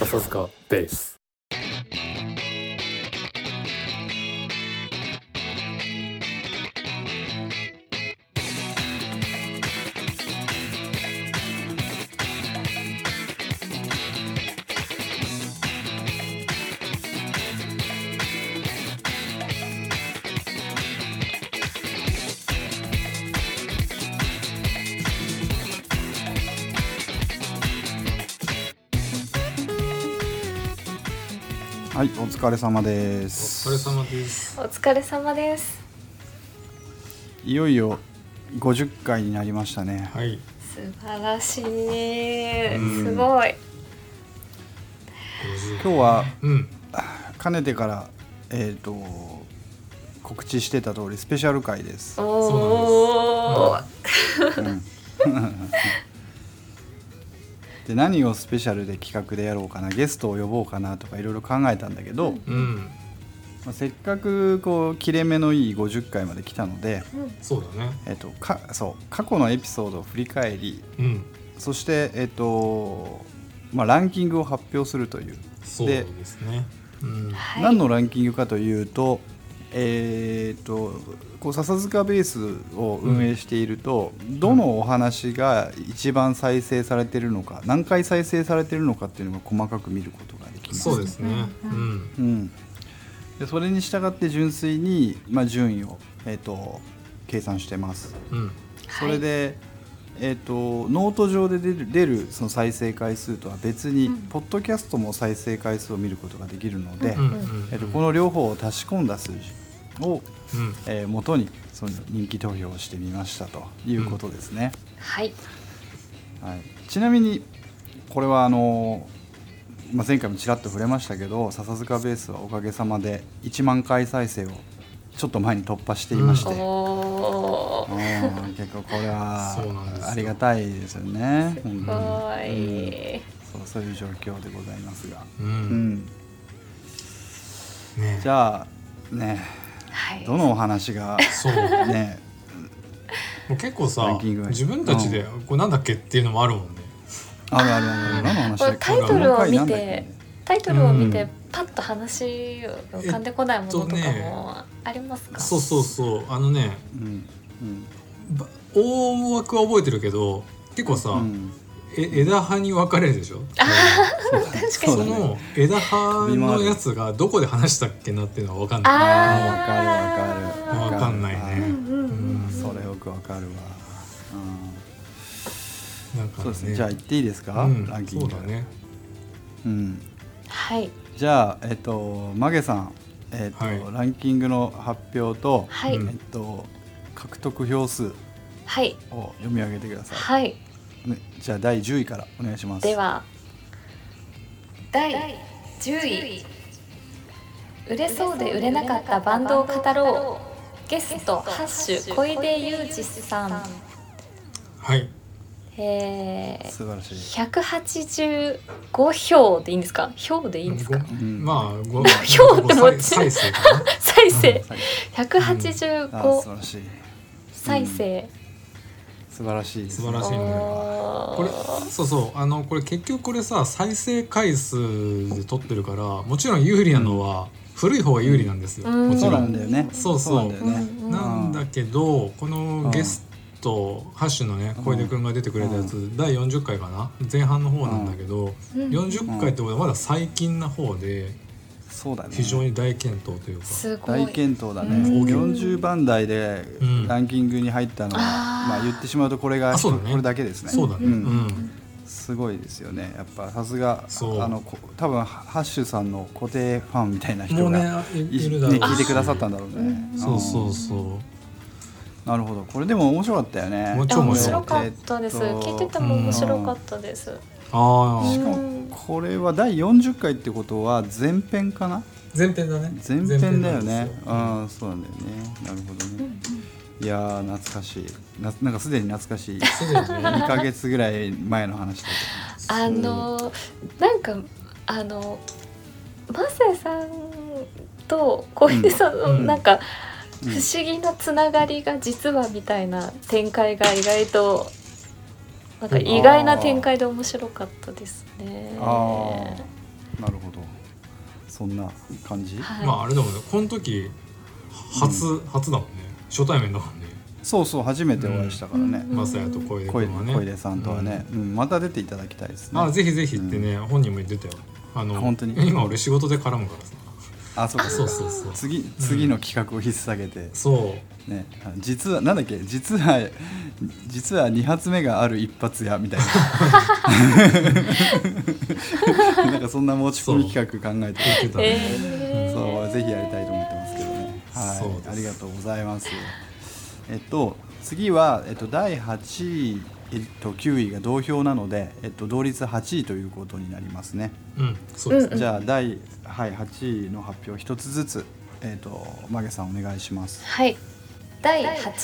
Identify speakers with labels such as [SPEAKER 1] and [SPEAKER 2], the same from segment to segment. [SPEAKER 1] 笹塚ベース
[SPEAKER 2] はい、お疲れ様で
[SPEAKER 1] お
[SPEAKER 2] す。
[SPEAKER 1] 疲れ様です
[SPEAKER 3] お疲れ様です
[SPEAKER 2] いよいよ50回になりましたね。
[SPEAKER 1] はい
[SPEAKER 3] 素晴らしい
[SPEAKER 1] うん
[SPEAKER 3] すごい
[SPEAKER 1] 50
[SPEAKER 2] 今日は
[SPEAKER 1] うん
[SPEAKER 2] かねてからえっ、と告知してた通りスペシャル回 です。
[SPEAKER 3] お
[SPEAKER 1] そう
[SPEAKER 3] お
[SPEAKER 1] なん
[SPEAKER 2] で何をスペシャルで企画でやろうかな、ゲストを呼ぼうかなとかいろいろ考えたんだけど、
[SPEAKER 1] うん
[SPEAKER 2] まあ、せっかくこう切れ目のいい50回まで来たので、
[SPEAKER 1] そうだね
[SPEAKER 2] えっ、とかそう過去のエピソードを振り返り、
[SPEAKER 1] うん
[SPEAKER 2] そしてえっ、とまあランキングを発表するという。
[SPEAKER 1] そうですねうん
[SPEAKER 3] はい
[SPEAKER 2] 何のランキングかというと、えー、とこう笹塚ベースを運営していると、どのお話が一番再生されてるのか何回再生されてるのかっていうのが細かく見ることができます。
[SPEAKER 1] そうですねうん
[SPEAKER 2] うん、でそれに従って純粋に、まあ、順位を、えー、と計算してます。
[SPEAKER 1] うん
[SPEAKER 2] それで、えー、とノート上で出る出るその再生回数とは別に、ポッドキャストも再生回数を見ることができるので、
[SPEAKER 1] うんうん
[SPEAKER 2] えっと、この両方を足し込んだ数字を、
[SPEAKER 1] うん
[SPEAKER 2] えー元にその人気投票をしてみましたということですね、
[SPEAKER 3] はい
[SPEAKER 2] はい、ちなみにこれはあのーまあ、前回もちらっと触れましたけど笹塚ベースはおかげさまで1万回再生をちょっと前に突破していまし
[SPEAKER 3] お
[SPEAKER 2] て、
[SPEAKER 3] お
[SPEAKER 2] うん結構これ
[SPEAKER 1] そうなんで
[SPEAKER 2] は
[SPEAKER 1] すよ
[SPEAKER 2] ありがたいですよね本当に
[SPEAKER 3] すごい
[SPEAKER 2] そうそういう状況でございますが、
[SPEAKER 1] う
[SPEAKER 2] うんん、
[SPEAKER 1] ね
[SPEAKER 2] じゃあね
[SPEAKER 3] はい
[SPEAKER 2] どのお話が
[SPEAKER 1] そう
[SPEAKER 2] ね
[SPEAKER 1] もう結構
[SPEAKER 2] ラ
[SPEAKER 1] さ
[SPEAKER 2] ンキングが
[SPEAKER 1] 自分たちでこれなんだっけっていうのもあるもんね
[SPEAKER 2] あるあるある。何の話だっけ
[SPEAKER 3] タイトルを見
[SPEAKER 2] 何
[SPEAKER 3] て
[SPEAKER 2] だっけ
[SPEAKER 3] タイトルを見
[SPEAKER 1] う
[SPEAKER 3] て
[SPEAKER 1] ん
[SPEAKER 3] パッと話を浮かんでこないものとか
[SPEAKER 1] えっとね
[SPEAKER 3] もありますか
[SPEAKER 1] そうそうそうあのね
[SPEAKER 2] うん。うん
[SPEAKER 1] ば大枠は覚えてるけど結構さ、
[SPEAKER 2] うん。
[SPEAKER 1] え枝葉に分かれるでしょ
[SPEAKER 3] 確
[SPEAKER 2] そ
[SPEAKER 3] か
[SPEAKER 2] うだ
[SPEAKER 1] そ
[SPEAKER 3] に
[SPEAKER 2] ね
[SPEAKER 1] の枝葉のやつがどこで話したっけなっていうのは分かんない
[SPEAKER 2] あ
[SPEAKER 3] あ
[SPEAKER 2] あ、わかるわかる。
[SPEAKER 1] わかんないね
[SPEAKER 3] うんうんうん
[SPEAKER 2] あーそれよくわかるわ。
[SPEAKER 1] なん
[SPEAKER 2] うん
[SPEAKER 1] か
[SPEAKER 2] そうですね。じゃあ言っていいですか？
[SPEAKER 1] うん
[SPEAKER 2] ランキング。
[SPEAKER 1] そうだね
[SPEAKER 2] うん。
[SPEAKER 3] はい
[SPEAKER 2] じゃあえっとマゲさん、えっと、
[SPEAKER 1] はい
[SPEAKER 2] ランキングの発表と、
[SPEAKER 3] はい
[SPEAKER 1] うん
[SPEAKER 2] えっと獲得票数
[SPEAKER 3] はい
[SPEAKER 2] を読み上げてください。
[SPEAKER 3] はい
[SPEAKER 2] ね、じゃあ第10位からお願いします。
[SPEAKER 3] では第10位売れそうで売れなかったバンドを語ろうゲストハッシュ小出裕二さん
[SPEAKER 1] はい
[SPEAKER 3] えー
[SPEAKER 2] 素晴らしい。
[SPEAKER 3] 185票でいいんですか票でいいんですか
[SPEAKER 1] ご
[SPEAKER 2] うん
[SPEAKER 1] まあ ご
[SPEAKER 3] 票って持ち
[SPEAKER 1] 再生かな
[SPEAKER 3] 再生
[SPEAKER 2] はいあー素
[SPEAKER 3] 185
[SPEAKER 2] 晴らしい。
[SPEAKER 3] 再生
[SPEAKER 2] 素晴らしいです
[SPEAKER 1] 素
[SPEAKER 2] ね。
[SPEAKER 1] 晴らしいねこ
[SPEAKER 3] こ
[SPEAKER 1] れそうそうあのこれ結局これさ再生回数で取ってるからもちろん有利なのは、古い方が有利なんですよ、
[SPEAKER 3] うん
[SPEAKER 1] もち
[SPEAKER 2] そう
[SPEAKER 1] ろ
[SPEAKER 2] なんんだよね。
[SPEAKER 1] そうそう
[SPEAKER 2] なんだよね。
[SPEAKER 3] うん
[SPEAKER 1] なんだけどこのゲストハッシュのね
[SPEAKER 2] うん
[SPEAKER 1] 小出君が出てくれたやつ、第40回かな前半の方なんだけど、
[SPEAKER 3] うん
[SPEAKER 1] 40回ってことはまだ最近な方で
[SPEAKER 2] そうだね。
[SPEAKER 1] 非常に大健闘というか、
[SPEAKER 3] すごい
[SPEAKER 2] 大健闘だね。
[SPEAKER 3] うん
[SPEAKER 2] 40番台で
[SPEAKER 1] うん
[SPEAKER 2] ランキングに入ったのは、
[SPEAKER 3] あー
[SPEAKER 2] まあ言ってしまうとこれが、
[SPEAKER 1] あそうだ
[SPEAKER 2] こ
[SPEAKER 1] ね
[SPEAKER 2] れだけですね。
[SPEAKER 1] そうだね
[SPEAKER 2] う
[SPEAKER 1] うんん、
[SPEAKER 2] すごいですよね。やっぱさすが
[SPEAKER 1] そう
[SPEAKER 2] あのこ多分ハッシュさんの固定ファンみたいな
[SPEAKER 1] も
[SPEAKER 2] 人
[SPEAKER 1] うね
[SPEAKER 2] が。
[SPEAKER 1] い
[SPEAKER 2] いね
[SPEAKER 1] いるだろうし
[SPEAKER 2] 聞いてくださったんだろうね。
[SPEAKER 1] そうそう
[SPEAKER 2] うん
[SPEAKER 1] そ
[SPEAKER 2] なるほど。これでも面白かったよね。
[SPEAKER 1] もち
[SPEAKER 3] あ
[SPEAKER 1] ろん
[SPEAKER 3] 面白かったで
[SPEAKER 2] え
[SPEAKER 3] す
[SPEAKER 2] っと
[SPEAKER 3] 聞いてても面白かったです
[SPEAKER 1] うあ
[SPEAKER 2] し
[SPEAKER 1] あ
[SPEAKER 2] かもこれは第40回ってことは前編かな？
[SPEAKER 1] 前編だね
[SPEAKER 2] 前編だよ
[SPEAKER 1] 前
[SPEAKER 2] ね
[SPEAKER 1] 編なん
[SPEAKER 2] ああそうなんだよねなるほどね、いやー懐かしいななんかすでに懐かしい
[SPEAKER 1] ですよすでにね
[SPEAKER 2] 2ヶ月ぐらい前の話だ
[SPEAKER 3] あのなんかあのマセさんと小出さんの、
[SPEAKER 1] うん
[SPEAKER 3] なんか、
[SPEAKER 2] うん
[SPEAKER 3] 不思議なつながりが実はみたいな展開が意外となんか意外な展開で面白かったですね。
[SPEAKER 2] ああなるほどそんな感じ、
[SPEAKER 4] はい
[SPEAKER 1] まああれだもんねこの時初、初だもんね初対面だもんね
[SPEAKER 2] そうそう初めてお会いしたからね、
[SPEAKER 4] うん
[SPEAKER 1] マサヤと小出
[SPEAKER 2] 小出
[SPEAKER 1] 君はね
[SPEAKER 2] 小出さんとはね、うんまた出ていただきたいですね
[SPEAKER 1] あぜひぜひってね、本人も言ってたよあの
[SPEAKER 2] 本当に
[SPEAKER 1] 今俺仕事で絡むからさ
[SPEAKER 2] あそうか
[SPEAKER 1] そ
[SPEAKER 2] そうか
[SPEAKER 1] うそうそう
[SPEAKER 2] 次次の企画を引っ提げて、
[SPEAKER 1] そ
[SPEAKER 2] ね、あ実はなんだっけ実は実は2発目がある一発やみたい ななんかそんな持ち込み企画考えて
[SPEAKER 1] う言ってたね、
[SPEAKER 4] えー
[SPEAKER 2] そうぜひやりたいと思ってますけどね。
[SPEAKER 1] そう
[SPEAKER 2] はい、
[SPEAKER 1] です
[SPEAKER 2] ありがとうございます。えっと次はえっと第8位えっと9位が同票なのでえっと同率8位ということになりますね。
[SPEAKER 1] うんそうですね、
[SPEAKER 2] じゃあ第はい8位の発表一つずつえっとマゲさんお願いします。
[SPEAKER 4] はい第
[SPEAKER 3] 第8
[SPEAKER 4] 8位
[SPEAKER 3] 位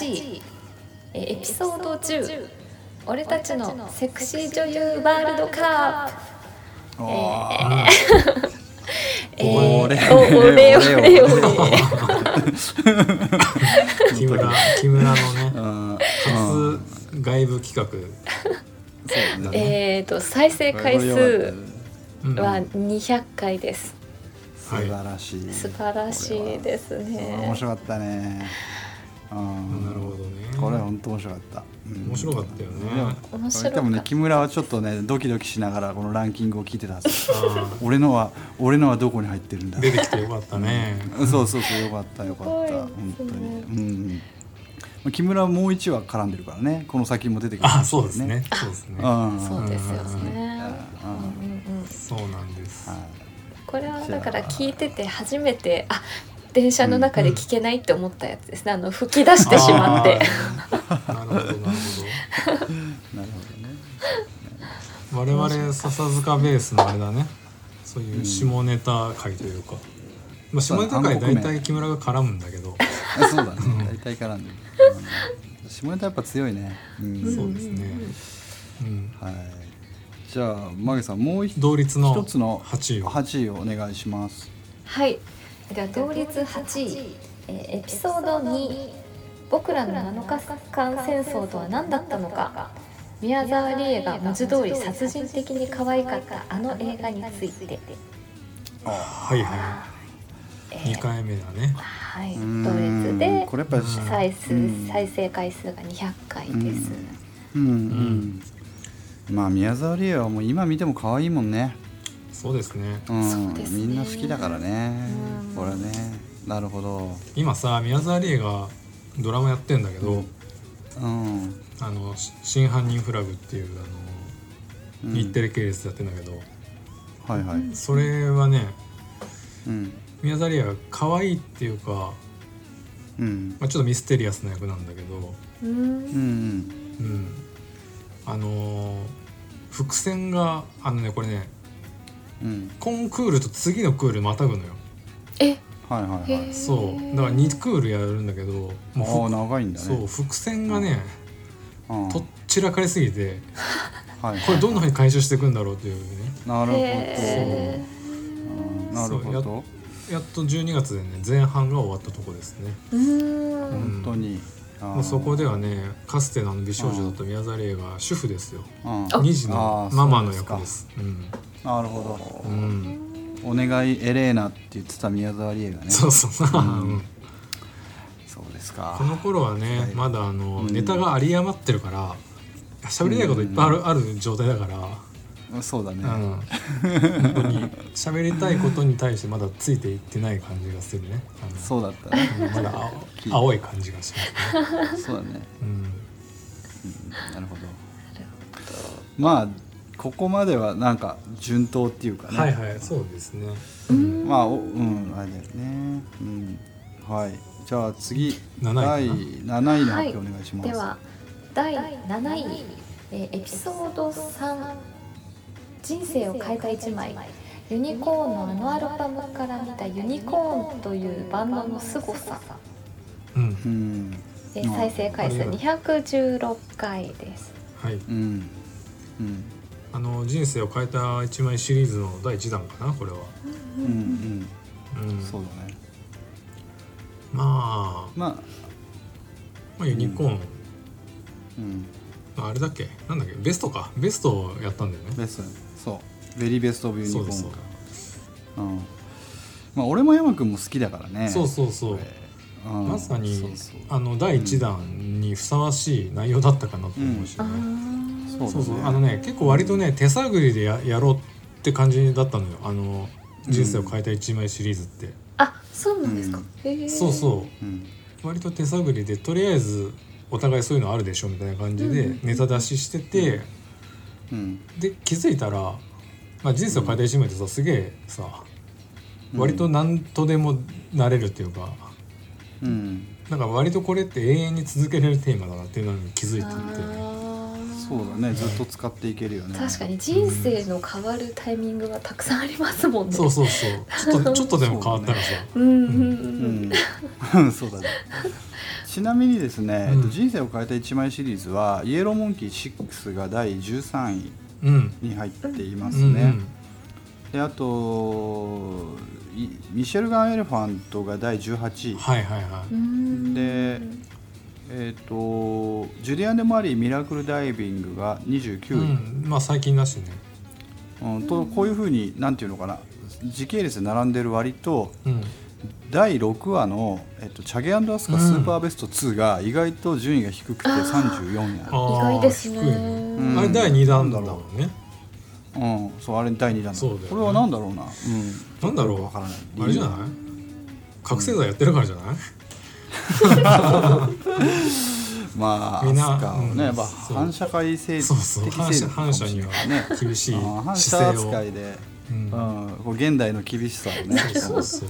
[SPEAKER 4] えーエ
[SPEAKER 3] エ
[SPEAKER 4] ピ
[SPEAKER 3] ピ
[SPEAKER 4] ソ
[SPEAKER 3] ソ
[SPEAKER 4] ー
[SPEAKER 3] ー
[SPEAKER 4] ド
[SPEAKER 3] ド
[SPEAKER 4] 10
[SPEAKER 3] 10俺
[SPEAKER 4] 俺た
[SPEAKER 3] た
[SPEAKER 4] ち
[SPEAKER 3] ち
[SPEAKER 4] の
[SPEAKER 3] の
[SPEAKER 4] セ
[SPEAKER 3] セ
[SPEAKER 4] ク
[SPEAKER 3] ク
[SPEAKER 4] シ
[SPEAKER 3] シ
[SPEAKER 4] ー
[SPEAKER 3] ー
[SPEAKER 4] 女
[SPEAKER 3] 女
[SPEAKER 4] 優
[SPEAKER 3] 優
[SPEAKER 4] ワ
[SPEAKER 3] ワ
[SPEAKER 4] ー
[SPEAKER 3] ー
[SPEAKER 4] ル
[SPEAKER 3] ル
[SPEAKER 4] ド
[SPEAKER 3] ド
[SPEAKER 4] カ
[SPEAKER 3] カ
[SPEAKER 4] ップ
[SPEAKER 2] おー
[SPEAKER 4] えー
[SPEAKER 2] おれ
[SPEAKER 4] お
[SPEAKER 2] おれ
[SPEAKER 4] 俺俺俺
[SPEAKER 2] おれ
[SPEAKER 1] 木村木村のね
[SPEAKER 2] うんうん
[SPEAKER 1] 初外部企画、
[SPEAKER 2] そうだね。
[SPEAKER 4] えーと再生回
[SPEAKER 2] これ良かっ
[SPEAKER 4] 数
[SPEAKER 2] たね
[SPEAKER 1] うん
[SPEAKER 4] は200回です
[SPEAKER 2] 素晴らしい。
[SPEAKER 4] 素晴らしいですね
[SPEAKER 2] 面白かったね。うん
[SPEAKER 1] なるほどね
[SPEAKER 2] これ本当面白かった。うん
[SPEAKER 1] 面白かったよね
[SPEAKER 2] でも
[SPEAKER 4] 面白かった
[SPEAKER 2] でもね木村はちょっとねドキドキしながらこのランキングを聞いてたはず。
[SPEAKER 1] あ
[SPEAKER 2] 俺のは俺のはどこに入ってるんだ
[SPEAKER 1] ー。出てきてよかったね、
[SPEAKER 2] そうそうそうよかったよかった
[SPEAKER 4] すごい
[SPEAKER 2] 本当に
[SPEAKER 4] す。
[SPEAKER 2] うんうん。木村はもう一話絡んでるからねこの先も出てくる、
[SPEAKER 1] あそうですね。そうですね
[SPEAKER 2] うん。
[SPEAKER 4] そ
[SPEAKER 2] は
[SPEAKER 4] うですよね
[SPEAKER 2] うんうん
[SPEAKER 4] うんうんうん
[SPEAKER 1] そうなんです、
[SPEAKER 4] これはだから聞いてて初めてあ電車の中で聞けないって思ったやつですねあの吹き出してしまって
[SPEAKER 1] あーなるほどなるほど
[SPEAKER 2] い。なるほどね。
[SPEAKER 1] 我々笹塚ベースのあれだねそういう下ネタ回というか、まあ、下ネタ回大体木村が絡むんだけど
[SPEAKER 2] あそうだね。大体絡んでる。うん下ネタやっぱ強いね。うん
[SPEAKER 1] そうですね、うん、
[SPEAKER 2] はい。じゃあマゲさんもう一
[SPEAKER 1] 同率の
[SPEAKER 2] 一つの
[SPEAKER 1] 8位を
[SPEAKER 2] 8位をお願いします。
[SPEAKER 4] はいでは同
[SPEAKER 3] 同
[SPEAKER 4] 率
[SPEAKER 3] 率
[SPEAKER 4] 8
[SPEAKER 3] 8
[SPEAKER 4] 位
[SPEAKER 3] 位
[SPEAKER 4] えー
[SPEAKER 3] エ
[SPEAKER 4] エピ
[SPEAKER 3] ピソ
[SPEAKER 4] ソー
[SPEAKER 3] ー
[SPEAKER 4] ド
[SPEAKER 3] ド
[SPEAKER 4] 2
[SPEAKER 3] 2
[SPEAKER 4] 僕ら
[SPEAKER 3] 僕
[SPEAKER 4] の
[SPEAKER 3] らの7
[SPEAKER 4] 7日
[SPEAKER 3] 日
[SPEAKER 4] 間
[SPEAKER 3] 間
[SPEAKER 4] 戦
[SPEAKER 3] 戦
[SPEAKER 4] 争
[SPEAKER 3] 争
[SPEAKER 4] と
[SPEAKER 3] と
[SPEAKER 4] は
[SPEAKER 3] は何
[SPEAKER 4] 何だ
[SPEAKER 3] だ
[SPEAKER 4] っ
[SPEAKER 3] ったた
[SPEAKER 4] の
[SPEAKER 3] の
[SPEAKER 4] か
[SPEAKER 3] か
[SPEAKER 4] 宮
[SPEAKER 3] 宮
[SPEAKER 4] 沢
[SPEAKER 3] 沢
[SPEAKER 4] り
[SPEAKER 3] り
[SPEAKER 4] え
[SPEAKER 3] え
[SPEAKER 4] が
[SPEAKER 3] が
[SPEAKER 4] 文
[SPEAKER 3] 文
[SPEAKER 4] 字
[SPEAKER 3] 字
[SPEAKER 4] 通
[SPEAKER 3] 通
[SPEAKER 4] り
[SPEAKER 3] り
[SPEAKER 4] 殺
[SPEAKER 3] 殺
[SPEAKER 4] 人
[SPEAKER 3] 人
[SPEAKER 4] 的
[SPEAKER 3] 的
[SPEAKER 4] に
[SPEAKER 3] に
[SPEAKER 4] 可
[SPEAKER 3] 可
[SPEAKER 4] 愛
[SPEAKER 3] 愛
[SPEAKER 4] か
[SPEAKER 3] か
[SPEAKER 4] っ
[SPEAKER 3] ったた
[SPEAKER 4] あ
[SPEAKER 3] あ
[SPEAKER 4] の
[SPEAKER 3] の
[SPEAKER 4] 映
[SPEAKER 3] 映
[SPEAKER 4] 画
[SPEAKER 3] 画
[SPEAKER 4] に
[SPEAKER 3] に
[SPEAKER 4] つ
[SPEAKER 3] つ
[SPEAKER 4] い
[SPEAKER 3] い
[SPEAKER 4] て
[SPEAKER 3] て
[SPEAKER 1] はいは
[SPEAKER 4] え
[SPEAKER 1] い
[SPEAKER 4] ー
[SPEAKER 1] 2回目だね
[SPEAKER 4] はいう同率
[SPEAKER 2] ーん
[SPEAKER 4] で
[SPEAKER 2] これやっぱし
[SPEAKER 1] うん
[SPEAKER 4] 再数
[SPEAKER 2] うん
[SPEAKER 4] 再生回数が200回です
[SPEAKER 2] うんうん。まあ宮沢りえはもう今見ても可愛いもんね。
[SPEAKER 1] そうですね
[SPEAKER 2] うん
[SPEAKER 4] そうですね
[SPEAKER 2] みんな好きだからね。これね。なるほど。
[SPEAKER 1] 今さ宮沢りえがドラマやってんだけど、
[SPEAKER 2] うん。
[SPEAKER 1] あのし真犯人フラグっていうあ
[SPEAKER 2] う
[SPEAKER 1] の
[SPEAKER 2] ん
[SPEAKER 1] 日テレ系列やってんだけど、
[SPEAKER 2] はいはい。
[SPEAKER 1] それはね
[SPEAKER 2] うん。
[SPEAKER 1] 宮沢りえが可愛いっていうか、
[SPEAKER 2] うん。
[SPEAKER 1] まあ、ちょっとミステリアスな役なんだけど、
[SPEAKER 4] う
[SPEAKER 2] うんん
[SPEAKER 1] うん、あのー伏線があのねこれね
[SPEAKER 2] うん。うん。
[SPEAKER 1] 今クールと次のクールまたぐのよ
[SPEAKER 4] え
[SPEAKER 2] はいはいはい。
[SPEAKER 1] そうだから2クールやるんだけど
[SPEAKER 2] ああ
[SPEAKER 1] も
[SPEAKER 2] ー
[SPEAKER 1] う
[SPEAKER 2] 長いん
[SPEAKER 1] ふ
[SPEAKER 2] だね。
[SPEAKER 1] そう伏線がね、
[SPEAKER 2] うん。
[SPEAKER 1] とっちらかりすぎて
[SPEAKER 2] はい。
[SPEAKER 1] これどんなふうに回収していくんだろうっていうね
[SPEAKER 2] なるほど。
[SPEAKER 4] へ
[SPEAKER 2] うんなるほ
[SPEAKER 1] そう
[SPEAKER 2] ど。
[SPEAKER 1] やっと12月でね前半が終わったとこですね
[SPEAKER 4] ーうー
[SPEAKER 2] 本
[SPEAKER 4] ん
[SPEAKER 2] 当に。
[SPEAKER 1] もうそこ
[SPEAKER 2] で。
[SPEAKER 1] ではねかつてのあの美少女だった宮沢りえが主婦ですよ
[SPEAKER 2] うん。
[SPEAKER 1] 2児の
[SPEAKER 2] あー
[SPEAKER 1] ママの役
[SPEAKER 2] そう
[SPEAKER 1] で
[SPEAKER 2] ですなるほ
[SPEAKER 1] うん、うん、
[SPEAKER 2] ど。お願いエレーナって言ってた宮沢りえがね。
[SPEAKER 1] そうそう、 うん
[SPEAKER 2] そうですか
[SPEAKER 1] こ。の頃はねまだあの、ネタが有り余ってるから喋りたいこといっぱいある,、ある状態だから、
[SPEAKER 2] そうだね。
[SPEAKER 1] うん、本当に喋りたいことに対してまだついていってない感じがするねあの
[SPEAKER 2] そうだったね。
[SPEAKER 1] うんまだ 青青い感じがしますね、
[SPEAKER 2] そうだね。
[SPEAKER 1] うん、
[SPEAKER 2] なるほど。まあここまではなんか順当っていうかね。
[SPEAKER 1] はいはいそうですね
[SPEAKER 2] まあおうんあれだよね。うんはい。じゃあ次
[SPEAKER 1] 七位
[SPEAKER 2] 第七位の発
[SPEAKER 4] はい
[SPEAKER 2] 表お願いします。
[SPEAKER 4] では第
[SPEAKER 3] 第
[SPEAKER 4] 7
[SPEAKER 3] 7
[SPEAKER 4] 位
[SPEAKER 3] 位
[SPEAKER 4] えーエ
[SPEAKER 3] エ
[SPEAKER 4] ピ
[SPEAKER 3] ピ
[SPEAKER 4] ソ
[SPEAKER 3] ソ
[SPEAKER 4] ー
[SPEAKER 3] ー
[SPEAKER 4] ド
[SPEAKER 3] ド
[SPEAKER 4] 3
[SPEAKER 3] 3
[SPEAKER 4] 人
[SPEAKER 3] 人生
[SPEAKER 4] 生
[SPEAKER 3] を
[SPEAKER 4] を変
[SPEAKER 3] 変え
[SPEAKER 4] えた
[SPEAKER 3] た
[SPEAKER 4] 一
[SPEAKER 3] 1
[SPEAKER 4] 枚
[SPEAKER 3] 枚
[SPEAKER 4] ユニコーンのあのアルバムから見たユニコーンというバンドの凄さ
[SPEAKER 1] うん
[SPEAKER 2] うん
[SPEAKER 4] えー再生回数216回です
[SPEAKER 1] はい
[SPEAKER 2] うんうん
[SPEAKER 1] あの人生を変えた一枚シリーズの第一弾かなこれは、
[SPEAKER 2] うんうん
[SPEAKER 1] うん、
[SPEAKER 2] そうだね。
[SPEAKER 1] まあ、
[SPEAKER 2] まあ
[SPEAKER 1] まあユニコーン、
[SPEAKER 2] うん
[SPEAKER 1] まああれだっけなんだっけベストかベストをやったんだよね
[SPEAKER 2] ベストそうベリーベストオブユニコ
[SPEAKER 1] そう
[SPEAKER 2] ーン
[SPEAKER 1] ですそう
[SPEAKER 2] か
[SPEAKER 1] です
[SPEAKER 2] うんまあ、俺も山君も好きだからね
[SPEAKER 1] そうそうそう
[SPEAKER 2] これうん
[SPEAKER 1] まさに
[SPEAKER 2] そうそう
[SPEAKER 1] あの第1弾にふさわしい内容だったかなと思うし、ね
[SPEAKER 2] そうだね
[SPEAKER 1] そうそうあのね結構割とね手探りでややろうって感じだったのよあの人生を変えた一枚シリーズって、
[SPEAKER 4] あそうなんですか、へえ
[SPEAKER 1] そうそう
[SPEAKER 2] うん
[SPEAKER 1] 割と手探りでとりあえずお互いそういうのあるでしょみたいな感じで
[SPEAKER 4] うん
[SPEAKER 1] ネタ出ししてて、
[SPEAKER 2] うん
[SPEAKER 1] で気づいたら、まあ、人生を変えてしまってさすげえさ
[SPEAKER 2] うん
[SPEAKER 1] 割と何とでもなれるっていうか、
[SPEAKER 2] うん
[SPEAKER 1] なんか割とこれって永遠に続けれるテーマだなっていうのに気づいてて、
[SPEAKER 4] あー
[SPEAKER 2] そうだねずっと使っていけるよね
[SPEAKER 4] 確かに人生の変わるタイミングはたくさんありますもんね
[SPEAKER 1] そうそうそう ちょっとちょっとでも変わったらさ、
[SPEAKER 4] うんうんうん
[SPEAKER 2] う
[SPEAKER 4] うん
[SPEAKER 2] んそうだねちなみにですね、
[SPEAKER 1] うん
[SPEAKER 2] えっと人生を変えた1枚シリーズはイエローモンキー6が第13位
[SPEAKER 1] うん、うん
[SPEAKER 2] に入っていま
[SPEAKER 1] う
[SPEAKER 2] す
[SPEAKER 1] ん
[SPEAKER 2] ね、であといミシェルガン・エレファントが第18位、
[SPEAKER 1] はいはいは
[SPEAKER 4] う
[SPEAKER 1] い、
[SPEAKER 4] ん
[SPEAKER 2] でえっ、とジュリアン・デ・マリーミラクル・ダイビングが29
[SPEAKER 1] う
[SPEAKER 2] 位、
[SPEAKER 1] ん、まあ最近だしね
[SPEAKER 2] うんとこういうふうになんていうのかな時系列で並んでる割と
[SPEAKER 1] うん
[SPEAKER 2] 第6話の、えっと、チャゲアスカスーパーベスト2が意外と順位が低くて34位な
[SPEAKER 1] あ
[SPEAKER 2] の
[SPEAKER 4] 意
[SPEAKER 1] ー
[SPEAKER 4] 外ですね
[SPEAKER 1] 低いね
[SPEAKER 2] うん
[SPEAKER 1] あれ第2弾だもんね、
[SPEAKER 2] うん、そうあれ第2弾
[SPEAKER 1] そうだよね
[SPEAKER 2] これは何だろうな、うん、
[SPEAKER 1] なんだろう
[SPEAKER 2] わからない
[SPEAKER 1] あれじゃない覚醒剤やってるからじゃない、
[SPEAKER 2] まあ
[SPEAKER 1] み
[SPEAKER 2] ア
[SPEAKER 1] ん
[SPEAKER 2] ス
[SPEAKER 1] な
[SPEAKER 2] カはね、
[SPEAKER 1] うん
[SPEAKER 2] まあ、
[SPEAKER 1] そう
[SPEAKER 2] 反社会性的
[SPEAKER 1] そうそう反
[SPEAKER 2] 勢
[SPEAKER 1] 射
[SPEAKER 2] 力
[SPEAKER 1] 反射には
[SPEAKER 2] ね
[SPEAKER 1] 厳し
[SPEAKER 2] あー
[SPEAKER 1] い
[SPEAKER 2] 反
[SPEAKER 1] 姿
[SPEAKER 2] 射
[SPEAKER 1] 勢を
[SPEAKER 2] 扱いで、う
[SPEAKER 1] う
[SPEAKER 2] ん
[SPEAKER 1] ん
[SPEAKER 2] こう現代の厳しさをね
[SPEAKER 1] そうそう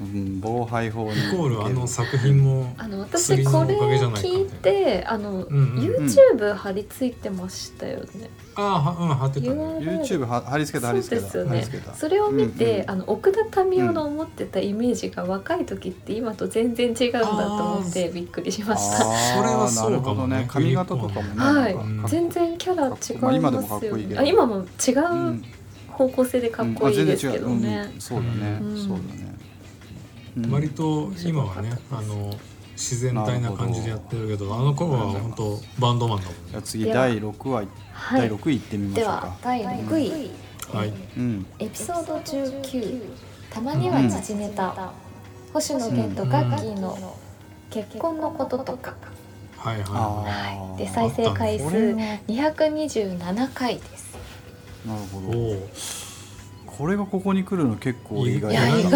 [SPEAKER 2] うん、妨害法に
[SPEAKER 1] イコールあの作品も
[SPEAKER 4] あの私
[SPEAKER 1] 薬の
[SPEAKER 4] こ
[SPEAKER 1] お
[SPEAKER 4] れ
[SPEAKER 1] かげじゃ
[SPEAKER 4] を
[SPEAKER 1] ないか
[SPEAKER 4] 聞
[SPEAKER 1] み
[SPEAKER 4] い
[SPEAKER 1] たいな
[SPEAKER 4] てあの、
[SPEAKER 1] んうん
[SPEAKER 4] YouTube 貼り付いてましたよね。
[SPEAKER 1] ああうん貼ってたね
[SPEAKER 2] YouTube は貼り付けた貼り
[SPEAKER 4] そ
[SPEAKER 2] 付
[SPEAKER 4] うで
[SPEAKER 2] けた
[SPEAKER 4] すよ
[SPEAKER 2] 貼り
[SPEAKER 4] ね
[SPEAKER 2] 付けた。
[SPEAKER 4] それを見て、
[SPEAKER 2] うんうん
[SPEAKER 4] あの奥田民生の思ってたイメージが若い時って今と全然違うんだと思ってびっくりしました。
[SPEAKER 2] あー
[SPEAKER 1] それはそうかもね
[SPEAKER 2] なるほどね髪型とかもね
[SPEAKER 4] はい
[SPEAKER 2] なんかかっこいい
[SPEAKER 4] 全然キャラ違いますよね。
[SPEAKER 2] まあ今でもかっこいいけど
[SPEAKER 4] あ今も違
[SPEAKER 2] う
[SPEAKER 4] うん方向性でかっこいいですけど
[SPEAKER 2] うんあ全然違う
[SPEAKER 4] ね
[SPEAKER 2] うん。そうだね、
[SPEAKER 4] うん
[SPEAKER 2] そうだね、うん
[SPEAKER 1] 割と今はねあの自然体な感じでやってるけどあの頃は本当バンドマンだもん
[SPEAKER 2] じ
[SPEAKER 1] ね
[SPEAKER 2] ゃあ次第6話、
[SPEAKER 4] はい
[SPEAKER 2] 第6位いってみましょ
[SPEAKER 3] で
[SPEAKER 2] う
[SPEAKER 3] は
[SPEAKER 2] か
[SPEAKER 3] 第6位
[SPEAKER 1] はい
[SPEAKER 2] うん
[SPEAKER 3] エピ
[SPEAKER 4] エ
[SPEAKER 3] ソード19たまに
[SPEAKER 2] には
[SPEAKER 3] は
[SPEAKER 2] 時
[SPEAKER 3] 時事ネタ星野源とガッキーの結婚のこととか
[SPEAKER 1] はいは
[SPEAKER 2] あー
[SPEAKER 3] で再生回数
[SPEAKER 2] これはなる
[SPEAKER 3] 227回です
[SPEAKER 2] ほ
[SPEAKER 1] い
[SPEAKER 2] ど
[SPEAKER 1] おお
[SPEAKER 2] これがここに来るの結構意外
[SPEAKER 3] いや
[SPEAKER 2] だ
[SPEAKER 3] 意
[SPEAKER 2] な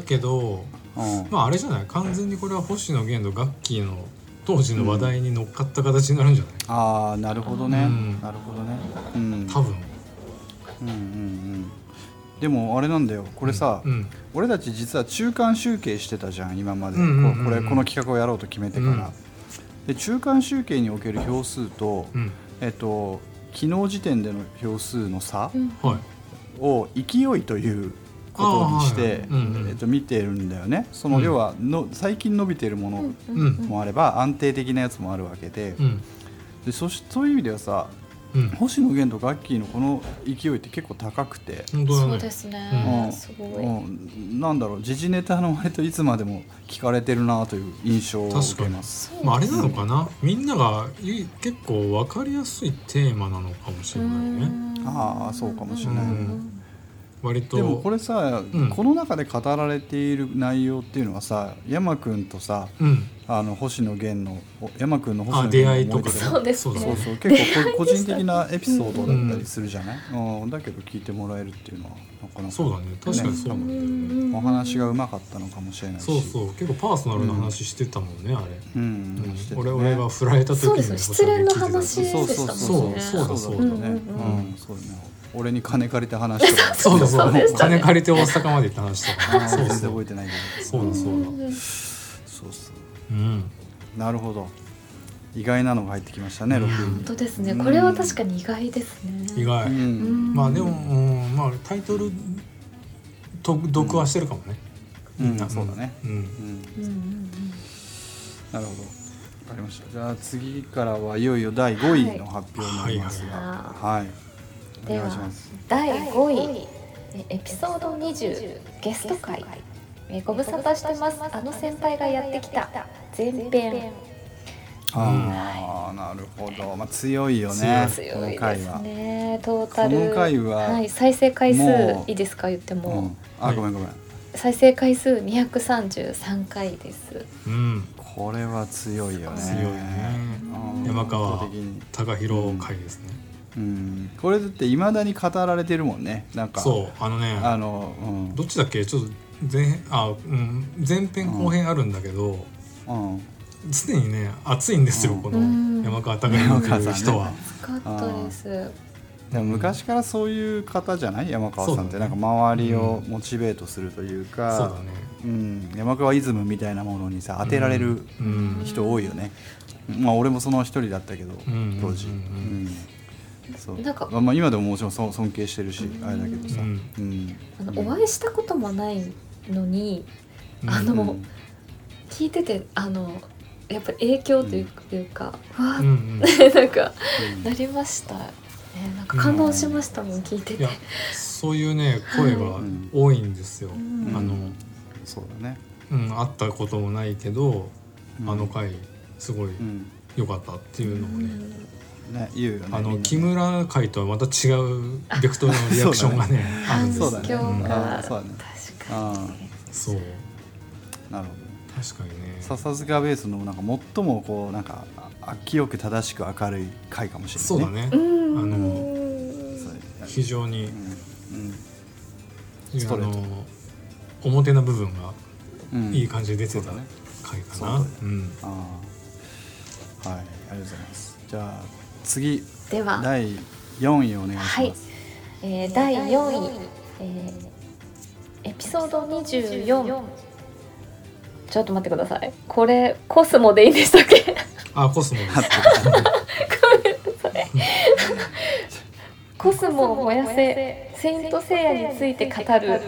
[SPEAKER 1] だけど
[SPEAKER 2] うん
[SPEAKER 1] まああれじゃない完全にこれは星野源とガッキーの当時の話題に乗っかった形になるんじゃない、
[SPEAKER 2] ああなるほどね、
[SPEAKER 1] うん
[SPEAKER 2] なるほどね、うん、
[SPEAKER 1] 多分
[SPEAKER 2] うんうんうんでもあれなんだよこれさ、
[SPEAKER 1] うん
[SPEAKER 2] 俺たち実は中間集計してたじゃん今まで、
[SPEAKER 1] うんうんうんうん
[SPEAKER 2] ここれこの企画をやろうと決めてから、
[SPEAKER 1] うん
[SPEAKER 2] で中間集計における票数と、
[SPEAKER 1] うん
[SPEAKER 2] えっと昨日時点での票数の差
[SPEAKER 1] はい
[SPEAKER 2] を勢いということにし
[SPEAKER 1] あーはい
[SPEAKER 2] て、
[SPEAKER 1] うんうん
[SPEAKER 2] えっと、見てるんだよねその、
[SPEAKER 1] うん
[SPEAKER 2] 要はの最近伸びてるもの
[SPEAKER 1] うん
[SPEAKER 2] もあれば安定的なやつもあるわけで,、
[SPEAKER 1] うん
[SPEAKER 2] でそしそういう意味ではさ
[SPEAKER 1] うん
[SPEAKER 2] 星野源とガッキーのこの勢いって結構高くて、
[SPEAKER 1] 本当だ
[SPEAKER 4] そ
[SPEAKER 1] ね
[SPEAKER 4] うですね。
[SPEAKER 2] うん
[SPEAKER 4] すごい。
[SPEAKER 2] うん、なんだろう時事ネタの割といつまでも聞かれてるなという印象を受けます。
[SPEAKER 1] まあ、あれなのかなみんながゆい結構分かりやすいテーマなのかもしれないね
[SPEAKER 2] ああそうかもしれ
[SPEAKER 1] う
[SPEAKER 2] ない、
[SPEAKER 1] ん割と
[SPEAKER 2] でもこれさ、
[SPEAKER 1] うん
[SPEAKER 2] この中で語られている内容っていうのはさ山君とさ
[SPEAKER 1] うん
[SPEAKER 2] あの星野源のお山君の星
[SPEAKER 1] あ
[SPEAKER 2] 野
[SPEAKER 1] 出会い
[SPEAKER 2] 源の
[SPEAKER 1] と
[SPEAKER 2] 思
[SPEAKER 1] か
[SPEAKER 2] 出
[SPEAKER 4] ねそうです
[SPEAKER 2] そ
[SPEAKER 4] ね
[SPEAKER 2] うそう結構こ個人的なエピソードだったりするじゃない、うんだけど聞いてもらえるっていうのはなかなか
[SPEAKER 1] そうだね確かにそうなんだよね
[SPEAKER 2] お話がうまかったのかもしれないし
[SPEAKER 1] そうそう結構パーソナルな話してたもんね、あれ、
[SPEAKER 2] う
[SPEAKER 1] うんん
[SPEAKER 2] してたね
[SPEAKER 1] 俺俺が振られた時
[SPEAKER 4] そう
[SPEAKER 1] に
[SPEAKER 4] ですね失恋の
[SPEAKER 1] 星野源聞いてたし
[SPEAKER 2] そ
[SPEAKER 4] 話
[SPEAKER 2] うそうそう
[SPEAKER 1] そうだそうだ
[SPEAKER 2] ねう
[SPEAKER 4] う
[SPEAKER 2] んん
[SPEAKER 4] う
[SPEAKER 2] そうだね俺に金借りた話とか
[SPEAKER 1] そうだそう
[SPEAKER 4] そうで
[SPEAKER 1] だ
[SPEAKER 4] したね
[SPEAKER 1] 金借りて大阪まで行った話とかね
[SPEAKER 2] あー
[SPEAKER 1] そう
[SPEAKER 2] 全然
[SPEAKER 1] そ
[SPEAKER 2] 覚え
[SPEAKER 1] う
[SPEAKER 2] てないけ
[SPEAKER 1] そうだそうだ
[SPEAKER 2] どそうそう
[SPEAKER 1] うん
[SPEAKER 2] なるほど意外なのが入ってきましたね
[SPEAKER 1] うん
[SPEAKER 2] 6
[SPEAKER 4] 本当ですね。これは確かに意外ですね。
[SPEAKER 1] 意
[SPEAKER 2] 位
[SPEAKER 1] 外、
[SPEAKER 2] うん
[SPEAKER 1] まあでも、うん、まあタイトルと読はしてるかもね、
[SPEAKER 2] うん
[SPEAKER 1] みんな
[SPEAKER 2] そうだね
[SPEAKER 1] うん
[SPEAKER 2] うん
[SPEAKER 4] うんうん
[SPEAKER 2] なるほどわかりましたじゃあ次からはいよいよ第5位の発表になりますがはい、
[SPEAKER 3] で
[SPEAKER 2] お願
[SPEAKER 3] はい
[SPEAKER 2] します
[SPEAKER 3] 第
[SPEAKER 4] 第
[SPEAKER 3] 5
[SPEAKER 4] 5
[SPEAKER 3] 位
[SPEAKER 4] 位
[SPEAKER 3] えエピソード20ゲスト会えご無沙汰してますあの先輩がやってきた前編
[SPEAKER 2] ああなるほど、まあ、強いよね
[SPEAKER 1] 強
[SPEAKER 2] こ
[SPEAKER 3] 強
[SPEAKER 2] の
[SPEAKER 3] いで
[SPEAKER 2] 回
[SPEAKER 3] す
[SPEAKER 2] は、
[SPEAKER 3] ねトータル
[SPEAKER 2] この回は
[SPEAKER 3] はい、再生回数
[SPEAKER 2] もう
[SPEAKER 3] いいですか言って
[SPEAKER 2] う
[SPEAKER 3] も、
[SPEAKER 2] ん、あごめんごめん
[SPEAKER 3] 再生回数233回です
[SPEAKER 1] うん
[SPEAKER 2] これは強いよね
[SPEAKER 1] 強いね
[SPEAKER 2] うん
[SPEAKER 1] 山
[SPEAKER 2] 圧
[SPEAKER 1] 川
[SPEAKER 2] 倒的に
[SPEAKER 1] 高弘会ですね、
[SPEAKER 2] うんこれだっていまだに語られてるもんねなんか
[SPEAKER 1] そうあのね
[SPEAKER 2] あのうん
[SPEAKER 1] どっちだっけちょっと前編あ、うん、前編後編あるんだけど、
[SPEAKER 2] うん
[SPEAKER 1] 常にね熱いんですよ、
[SPEAKER 2] うん
[SPEAKER 1] この
[SPEAKER 3] うん
[SPEAKER 1] 山川隆弘という人は、
[SPEAKER 2] 山川さんね
[SPEAKER 3] 使ったです
[SPEAKER 2] でも昔からそういう方じゃない山川さんって、
[SPEAKER 1] そう
[SPEAKER 2] な
[SPEAKER 1] だ
[SPEAKER 2] ん
[SPEAKER 1] ね
[SPEAKER 2] か周りをモチベートするという
[SPEAKER 1] そう
[SPEAKER 2] か
[SPEAKER 1] だ、ね
[SPEAKER 2] うん、山川イズムみたいなものにさ当てられる
[SPEAKER 1] うん
[SPEAKER 2] 人多いよね、まあ俺もその一人だったけど、
[SPEAKER 1] ん
[SPEAKER 2] 当時、う
[SPEAKER 1] うん
[SPEAKER 2] んそう
[SPEAKER 3] なんか
[SPEAKER 2] まあ、今でももちろんそ尊敬してるし、あれだけどさ、
[SPEAKER 1] うん
[SPEAKER 2] うん
[SPEAKER 3] あのお会いしたこともないのに、
[SPEAKER 1] うん
[SPEAKER 3] あ
[SPEAKER 2] う
[SPEAKER 3] の、
[SPEAKER 2] ん
[SPEAKER 3] 聞いててあのやっぱり影響というか、わ
[SPEAKER 1] うんうん
[SPEAKER 3] ーってなん か、
[SPEAKER 2] うん
[SPEAKER 3] なりましたねなんか感動しましたもん聞いて
[SPEAKER 1] い
[SPEAKER 3] て
[SPEAKER 1] やそういうね声が多いんですよ、
[SPEAKER 3] ん
[SPEAKER 1] あの、
[SPEAKER 2] そうだね、
[SPEAKER 1] うん、会ったこともないけど、
[SPEAKER 2] うん
[SPEAKER 1] あの回すごい
[SPEAKER 2] うん、
[SPEAKER 1] 良かったっていうのをね、
[SPEAKER 2] ね言うよね
[SPEAKER 1] あ
[SPEAKER 2] みんな
[SPEAKER 1] の
[SPEAKER 2] ね
[SPEAKER 1] 木村会とはまた違うベクトルのリアクションがねあるん
[SPEAKER 3] 反
[SPEAKER 1] です
[SPEAKER 2] そ
[SPEAKER 3] 響
[SPEAKER 2] うだ
[SPEAKER 3] が
[SPEAKER 2] ね、あーそうだね
[SPEAKER 3] 確
[SPEAKER 2] あ
[SPEAKER 3] かに
[SPEAKER 1] そう
[SPEAKER 2] なるほど
[SPEAKER 1] 確かにね
[SPEAKER 2] 笹塚ベースのなんか最もこうなんかあ清く正しく明るい回かもしれない、ね、
[SPEAKER 1] そうだね、
[SPEAKER 3] うん
[SPEAKER 1] あの
[SPEAKER 3] うん
[SPEAKER 2] そう
[SPEAKER 1] 非常に、
[SPEAKER 2] ス
[SPEAKER 1] あ
[SPEAKER 2] トレート
[SPEAKER 1] の表の部分が
[SPEAKER 2] うんうん
[SPEAKER 1] いい感じで出てた
[SPEAKER 2] そうだね
[SPEAKER 1] 回か
[SPEAKER 2] そう
[SPEAKER 1] な、
[SPEAKER 2] だね
[SPEAKER 1] うん
[SPEAKER 2] あーはいありがとうございますじゃあ次
[SPEAKER 3] では
[SPEAKER 2] 第4位お願いします、
[SPEAKER 3] はいえー第4位、えーエピソード24ちょっと待ってくださいこれコスモでいいんでしたっけ
[SPEAKER 1] あコスモです
[SPEAKER 3] コスモを燃やせセイントセイヤについて語る、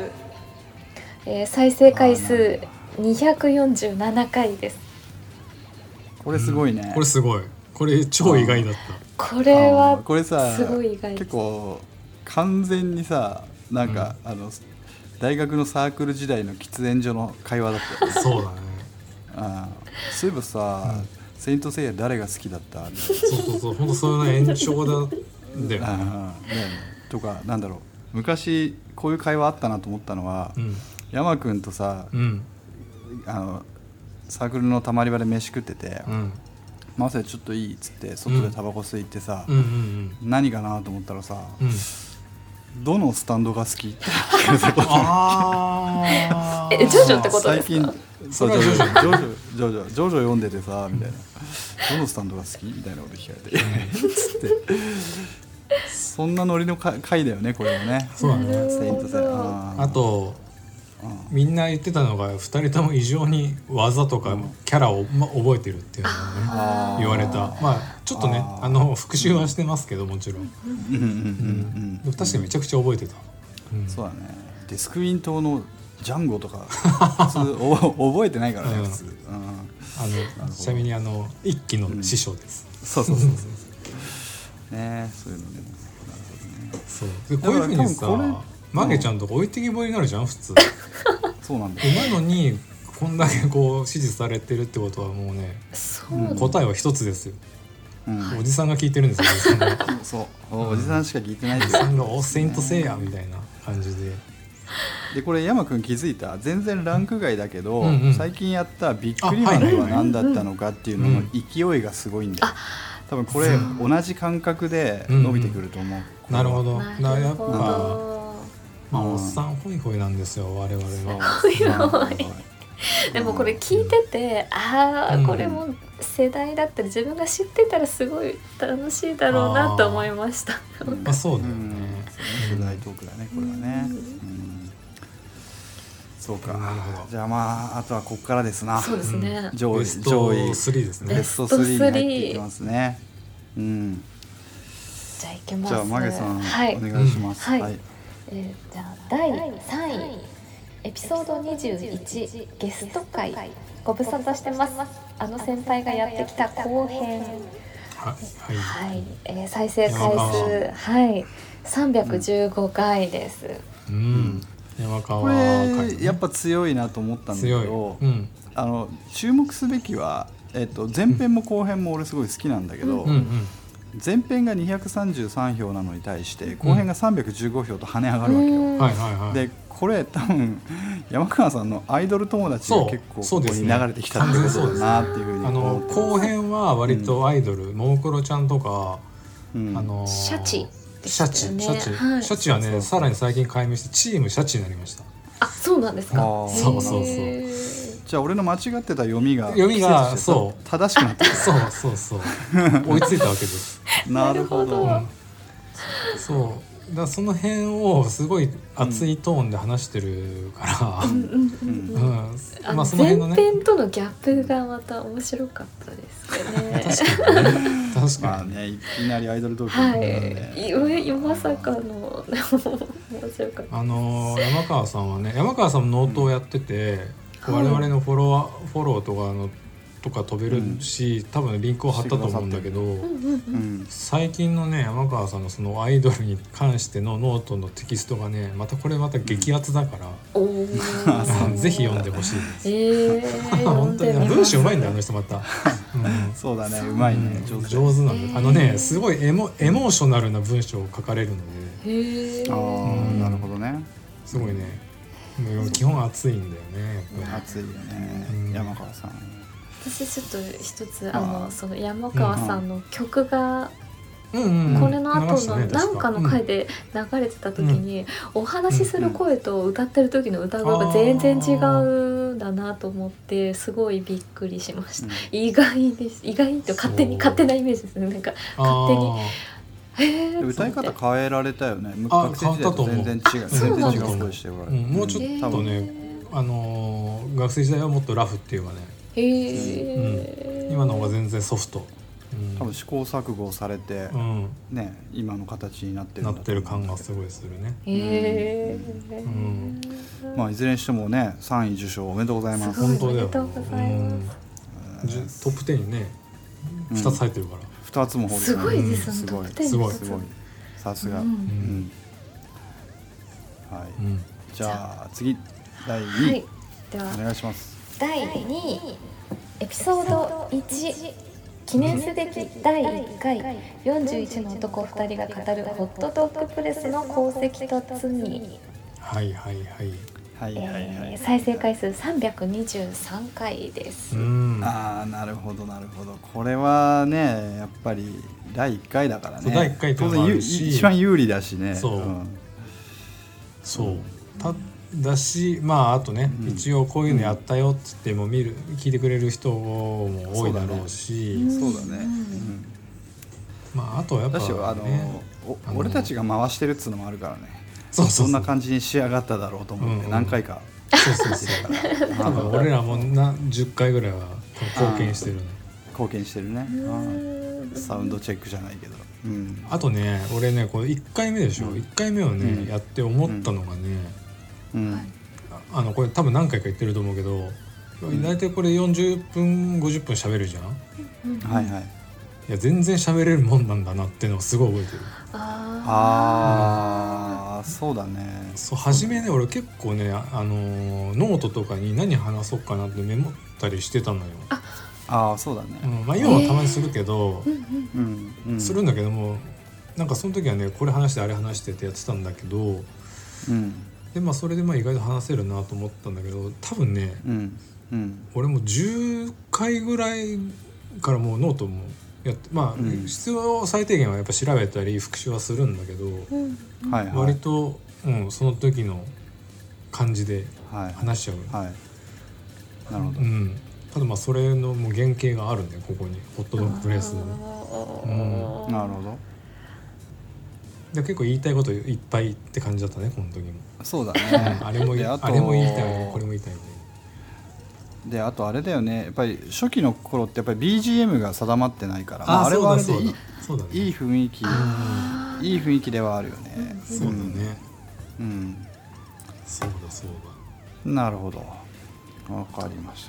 [SPEAKER 3] えー再生回数247回です
[SPEAKER 2] これすごいね、
[SPEAKER 1] これすごいこれ超意外だっ
[SPEAKER 3] これ
[SPEAKER 2] あー
[SPEAKER 3] は
[SPEAKER 2] これさ
[SPEAKER 3] すごい意外
[SPEAKER 2] 結構完全にさなんか、あの大学のサークル時代の喫煙所の会話だったよね
[SPEAKER 1] たそうだね
[SPEAKER 2] あーそういえばさ、セイントセイヤ誰が好きだった?」みたいな
[SPEAKER 1] そうそうそう本当それの延長だだよね
[SPEAKER 2] あーねとかなんだろう昔こういう会話あったなと思ったのは、
[SPEAKER 1] うん
[SPEAKER 2] 山君とさ、
[SPEAKER 1] うん
[SPEAKER 2] あのサークルのたまり場で飯食ってて
[SPEAKER 1] うん
[SPEAKER 2] 「マサイちょっといい」っつって外でタバコ吸いってさ、
[SPEAKER 1] うんうん
[SPEAKER 2] 何かなと思ったらさ、
[SPEAKER 1] うんうん
[SPEAKER 2] どのスタンドが好き?」って
[SPEAKER 1] あー
[SPEAKER 3] えジョジョってこと
[SPEAKER 2] 最
[SPEAKER 3] です
[SPEAKER 2] 近
[SPEAKER 3] か
[SPEAKER 2] そうジ
[SPEAKER 1] そ
[SPEAKER 2] ョ
[SPEAKER 1] れ
[SPEAKER 2] ジョジ
[SPEAKER 1] は
[SPEAKER 2] ョジョジョジョジョジョ読んでてさみたいな「どのスタンドが好き?」みたいなこと聞かれて つってそんなノリのか回だよねこれはね
[SPEAKER 1] そうだね
[SPEAKER 2] セイントセイヤー
[SPEAKER 1] あとみんな言ってたのが2人とも異常に技とかキャラを、ま、覚えてるっていうのをね
[SPEAKER 2] あー
[SPEAKER 1] 言われたまあちょっとね
[SPEAKER 2] あー
[SPEAKER 1] あの復習はしてますけどもちろん、
[SPEAKER 2] うんうんうんうん
[SPEAKER 1] でも確かにめちゃくちゃ覚えてた、うん
[SPEAKER 2] そうだねデスクイン島のジャンゴ とか普通お覚えてないからね
[SPEAKER 1] うん
[SPEAKER 2] 普通、うん、
[SPEAKER 1] あのちなみにあの一期の師匠です、
[SPEAKER 2] そうそうそうそうねそういうのね
[SPEAKER 1] そうでこういうふうにさ
[SPEAKER 2] だから多分こ
[SPEAKER 1] マゲちゃんとか置いてきぼりになるじゃん普通
[SPEAKER 2] そうなんだよ
[SPEAKER 1] 今のにこんだけこう支持されてるってことはもうね
[SPEAKER 3] そう
[SPEAKER 1] 答えは一つですよ
[SPEAKER 2] うん
[SPEAKER 1] おじさんが聞いてるんですよおじさんが
[SPEAKER 2] そうおじさんしか聞いてないけど
[SPEAKER 1] さんが「おセイントセイヤ」みたいな感 じで
[SPEAKER 2] でこれ山君気づいた全然ランク外だけど、
[SPEAKER 1] うんうん
[SPEAKER 2] 最近やったビックリマンとは何だったのかっていうのの
[SPEAKER 1] うん
[SPEAKER 2] 勢いがすごいんだよ、多分これ同じ感覚で伸びてくると思う、
[SPEAKER 1] なるほどだからや
[SPEAKER 3] なる
[SPEAKER 1] っ
[SPEAKER 3] ほ
[SPEAKER 1] ぱ
[SPEAKER 3] ど
[SPEAKER 1] まあ
[SPEAKER 2] うん
[SPEAKER 1] おっさんホイホイなんですよ我々は
[SPEAKER 2] は
[SPEAKER 3] でもこれ聞いてて、ああ、
[SPEAKER 1] うん
[SPEAKER 3] これも世代だったり自分が知ってたらすごい楽しいだろうなと思いました。
[SPEAKER 1] まあそうだ
[SPEAKER 2] う
[SPEAKER 1] よ
[SPEAKER 2] ん
[SPEAKER 1] ね、
[SPEAKER 2] 世代トークだねこれはね、うんそうか
[SPEAKER 1] なるほど
[SPEAKER 2] じゃあまああとはここからですな
[SPEAKER 3] そうですね。
[SPEAKER 2] 上
[SPEAKER 1] ベ
[SPEAKER 2] 位
[SPEAKER 1] ス
[SPEAKER 2] 上
[SPEAKER 1] ト
[SPEAKER 2] 位
[SPEAKER 1] 3ですね
[SPEAKER 2] ベスト3に入っていきますねうん
[SPEAKER 3] じゃあ行きま
[SPEAKER 2] じ
[SPEAKER 3] す。
[SPEAKER 2] ゃあマゲさん、
[SPEAKER 3] はい
[SPEAKER 2] お。願いします、
[SPEAKER 3] うんはいえーじゃあ第三位エピソード二十一ゲスト会ご無沙汰してます。あの先輩がやってきた後
[SPEAKER 1] は
[SPEAKER 3] 編。
[SPEAKER 1] いは
[SPEAKER 3] はい。えー再生回
[SPEAKER 1] 山
[SPEAKER 3] 数はい三百十五回です。
[SPEAKER 1] いうん山川
[SPEAKER 2] こ
[SPEAKER 1] 会
[SPEAKER 2] れやっぱ強いなと思ったんだけ
[SPEAKER 1] 強い
[SPEAKER 2] ど、
[SPEAKER 1] うん
[SPEAKER 2] あの注目すべきはえっと、前編も後編も俺すごい好きなんだけど、
[SPEAKER 1] うんうん
[SPEAKER 2] 前編が233票なのに対して後編が315票と跳ね上がるわけよ、
[SPEAKER 3] うん
[SPEAKER 1] はいはいはい
[SPEAKER 2] でこれ多分 山川さんのアイドル友達が結構
[SPEAKER 1] そ
[SPEAKER 2] ここ
[SPEAKER 1] う
[SPEAKER 2] に流れてきたってことだなっていうふうに
[SPEAKER 1] あの
[SPEAKER 2] 思って
[SPEAKER 1] 後編は割とアイドル、ももクロちゃんとか、
[SPEAKER 2] うん
[SPEAKER 1] あのー
[SPEAKER 3] シャチで
[SPEAKER 1] シャチ、
[SPEAKER 3] すよね
[SPEAKER 1] シャチ、
[SPEAKER 3] はい
[SPEAKER 1] シャチ
[SPEAKER 2] そ
[SPEAKER 1] は
[SPEAKER 2] うそ
[SPEAKER 1] ね
[SPEAKER 2] う
[SPEAKER 1] さらに最近解明してチームシャチになりました
[SPEAKER 3] あそうなんです
[SPEAKER 2] あ
[SPEAKER 3] か
[SPEAKER 2] ー
[SPEAKER 1] そうそうそう
[SPEAKER 3] へー
[SPEAKER 2] じゃあ俺の間違ってた読みが
[SPEAKER 1] 読みが
[SPEAKER 2] 季節と
[SPEAKER 1] そう
[SPEAKER 2] 正しくな った
[SPEAKER 1] そうそ うそう追いついたわけです、
[SPEAKER 2] なるほど
[SPEAKER 1] うんそうだからその辺をすごい熱いトーンで話してるから、
[SPEAKER 3] うんうんう
[SPEAKER 2] うんん
[SPEAKER 1] うん
[SPEAKER 3] あ
[SPEAKER 1] ま
[SPEAKER 3] の
[SPEAKER 1] あその
[SPEAKER 3] 前
[SPEAKER 1] 辺のね
[SPEAKER 3] 編とのギャップがまた面白かったですよね。
[SPEAKER 1] 確かにね確
[SPEAKER 2] ま
[SPEAKER 1] か
[SPEAKER 2] あ
[SPEAKER 1] に、
[SPEAKER 2] ねいきなりアイドルトーク
[SPEAKER 3] は
[SPEAKER 2] になったんで
[SPEAKER 3] い、いわゆるまさかの面白かった。
[SPEAKER 1] あのー山川さんはね山川さんもノートをやってて、
[SPEAKER 3] うん
[SPEAKER 1] 我々のフォロワーフォローとかのとか飛べるし、多分リンクを貼ったと思うんだけど、
[SPEAKER 3] うんうんうん
[SPEAKER 2] うん
[SPEAKER 1] 最近のね山川さんのそのアイドルに関してのノートのテキストがねまたこれまた激アツだから、。
[SPEAKER 3] おお
[SPEAKER 1] ぜひ読んでほしいです。
[SPEAKER 3] ええ
[SPEAKER 1] 本当にね文章うまいんだよあの人また。うん
[SPEAKER 2] そうだねうまいね上手だよ
[SPEAKER 1] 上手なんだよあの
[SPEAKER 3] へー
[SPEAKER 1] ねすごいエモエモーショナルな文章を書かれるので
[SPEAKER 3] へえ。
[SPEAKER 2] あ
[SPEAKER 1] う
[SPEAKER 2] ー
[SPEAKER 1] ん
[SPEAKER 2] なるほどね
[SPEAKER 1] すごいねもう基本熱いんだよねやっぱ
[SPEAKER 2] 熱いよ
[SPEAKER 1] う
[SPEAKER 2] ね
[SPEAKER 1] ん
[SPEAKER 2] 山川さん
[SPEAKER 3] 私ちょっと一つあ
[SPEAKER 2] あ
[SPEAKER 3] の
[SPEAKER 2] ー
[SPEAKER 3] その山川さんの曲が
[SPEAKER 1] りうんうん
[SPEAKER 3] これの
[SPEAKER 1] 流
[SPEAKER 3] 後
[SPEAKER 1] した
[SPEAKER 3] の
[SPEAKER 1] ね
[SPEAKER 3] なんかの回で流れてた時にお話しする声と歌ってる時の歌声が全然違うんだなと思ってすごいびっくりしました。意外です意外と勝手に
[SPEAKER 1] そう
[SPEAKER 3] 勝手なイメージですねなんか
[SPEAKER 1] 確か
[SPEAKER 3] 勝へえ
[SPEAKER 2] で歌い方変えられたよね
[SPEAKER 1] あ
[SPEAKER 2] 学生時代と全然違う
[SPEAKER 3] あ変
[SPEAKER 2] 全然
[SPEAKER 3] わったと思うあそうなんです
[SPEAKER 2] 違
[SPEAKER 3] か
[SPEAKER 2] う声してるから
[SPEAKER 1] うんもうちょっと
[SPEAKER 2] 多分
[SPEAKER 1] ねあーあのー学生時代はもっとラフっていうかね
[SPEAKER 3] へえ、
[SPEAKER 1] 今の方が全然ソフト、うん、
[SPEAKER 2] 多分試行錯誤されて
[SPEAKER 1] うん
[SPEAKER 2] ね今の形になってる
[SPEAKER 1] なんっ
[SPEAKER 2] だ
[SPEAKER 1] て
[SPEAKER 2] と
[SPEAKER 1] る
[SPEAKER 2] 思うん
[SPEAKER 1] 感
[SPEAKER 2] だ
[SPEAKER 1] が
[SPEAKER 2] け
[SPEAKER 1] すごいするね。
[SPEAKER 3] へえ、
[SPEAKER 1] ん
[SPEAKER 2] どまあいずれにしてもね3位受賞おめでとうございます
[SPEAKER 3] すご
[SPEAKER 1] 本
[SPEAKER 3] い
[SPEAKER 1] 当だよ。
[SPEAKER 3] おめでとうございます
[SPEAKER 1] うんじゅトップ10にね、
[SPEAKER 2] うん
[SPEAKER 1] 二つ入ってるから。
[SPEAKER 2] 2つも放り込ん
[SPEAKER 3] すご
[SPEAKER 1] いです
[SPEAKER 2] うん
[SPEAKER 3] そ
[SPEAKER 2] す
[SPEAKER 3] の
[SPEAKER 2] ごい
[SPEAKER 3] トップ10
[SPEAKER 2] すごい
[SPEAKER 1] に二つ
[SPEAKER 2] すごいさすが
[SPEAKER 3] う
[SPEAKER 2] うん
[SPEAKER 1] うんん。
[SPEAKER 2] はい
[SPEAKER 1] うん
[SPEAKER 2] じゃあ次第
[SPEAKER 3] は
[SPEAKER 2] 2
[SPEAKER 3] い
[SPEAKER 2] 位
[SPEAKER 3] では
[SPEAKER 2] お願いします
[SPEAKER 3] 第2位エピソード1記念すべき第1回41の男2人が語るホットドッグプレスの功績と罪、
[SPEAKER 1] はいはいはい。
[SPEAKER 2] はいはいはい
[SPEAKER 3] えー再生回数323回です
[SPEAKER 1] う。ん。
[SPEAKER 2] ああなるほどなるほどこれはねやっぱり第1回だから
[SPEAKER 1] そ
[SPEAKER 2] ね
[SPEAKER 1] う第一回ってい
[SPEAKER 2] 当
[SPEAKER 1] うのもあ
[SPEAKER 2] 然
[SPEAKER 1] るし
[SPEAKER 2] 一番有利だしね
[SPEAKER 1] そうんそう。ただし、まああとね、
[SPEAKER 2] うん
[SPEAKER 1] 一応こういうのやったよって言っても見る聞いてくれる人も多いだろうし、
[SPEAKER 3] そうだ
[SPEAKER 2] そ
[SPEAKER 3] ね
[SPEAKER 2] うだね
[SPEAKER 3] うん
[SPEAKER 1] まああとはやっぱ
[SPEAKER 2] だしあ
[SPEAKER 1] ね
[SPEAKER 2] の、お
[SPEAKER 1] あの
[SPEAKER 2] 俺たちが回してるっつうのもあるからね
[SPEAKER 1] そうそうそう
[SPEAKER 2] そんな感じに仕上がっただろうと思っ
[SPEAKER 1] うんう
[SPEAKER 2] て
[SPEAKER 1] ん
[SPEAKER 2] 何回か
[SPEAKER 1] そうそうそう。 多分俺らもな十回ぐらいは貢献してるね。
[SPEAKER 2] 貢献してるね
[SPEAKER 3] うん
[SPEAKER 2] サウンドチェックじゃないけどうん
[SPEAKER 1] あとね俺ねこれ1回目でしょ、
[SPEAKER 2] うん
[SPEAKER 1] 1回目をね、
[SPEAKER 2] うん
[SPEAKER 1] やって思ったのがね、
[SPEAKER 2] うん
[SPEAKER 1] ああのこれ多分何回か言ってると思うけど、
[SPEAKER 2] ん
[SPEAKER 1] 大体これ40分50分喋るじゃんい
[SPEAKER 2] はいはい
[SPEAKER 1] や全然喋れるもんなんだなっていうのをすごい覚えてる
[SPEAKER 3] あ
[SPEAKER 2] あーそうだね
[SPEAKER 1] そう初めね俺結構ねああのーノートとかに何話そうかなってメモったりしてたのよ、
[SPEAKER 2] ああそうだ
[SPEAKER 1] う
[SPEAKER 2] ね
[SPEAKER 1] んまあ、今はたまにするけど、
[SPEAKER 2] うんうん
[SPEAKER 1] するんだけどもなんかその時はねこれ話してあれ話してってやってたんだけど
[SPEAKER 2] うん
[SPEAKER 1] でまあそれでまあ意外と話せるなと思ったんだけど多分ね、
[SPEAKER 2] うんうん
[SPEAKER 1] 俺も10回ぐらいからもうノートもやってまあ、
[SPEAKER 2] うん
[SPEAKER 1] 必要最低限はやっぱ調べたり復習はするんだけど、
[SPEAKER 2] はいは
[SPEAKER 1] 割
[SPEAKER 2] い
[SPEAKER 1] と、うん、その時の感じで
[SPEAKER 2] はい
[SPEAKER 1] 話しちゃう、
[SPEAKER 2] はいなるほど
[SPEAKER 1] うん、ただまあそれのもう原型があるねここにホットドッグプレスの
[SPEAKER 3] ー
[SPEAKER 2] なるほど
[SPEAKER 1] で結構言いたいこといっぱいって感じだったねこの時も、
[SPEAKER 2] そうだ
[SPEAKER 1] う
[SPEAKER 2] ね
[SPEAKER 1] んあれもい
[SPEAKER 2] であと
[SPEAKER 1] あれも言いたいねこれも言いたいね
[SPEAKER 2] であとあれだよねやっぱり初期の頃ってやっぱり BGM が定まってないからまあ、あれ
[SPEAKER 1] そう
[SPEAKER 2] はあ
[SPEAKER 1] だ
[SPEAKER 2] れで
[SPEAKER 1] そ
[SPEAKER 2] いう
[SPEAKER 1] だ
[SPEAKER 2] い
[SPEAKER 1] そうだね
[SPEAKER 2] いい雰囲気いい雰囲気ではあるよね
[SPEAKER 1] そうだね
[SPEAKER 2] うん、
[SPEAKER 1] そうだそうだ
[SPEAKER 2] なるほどわかりまし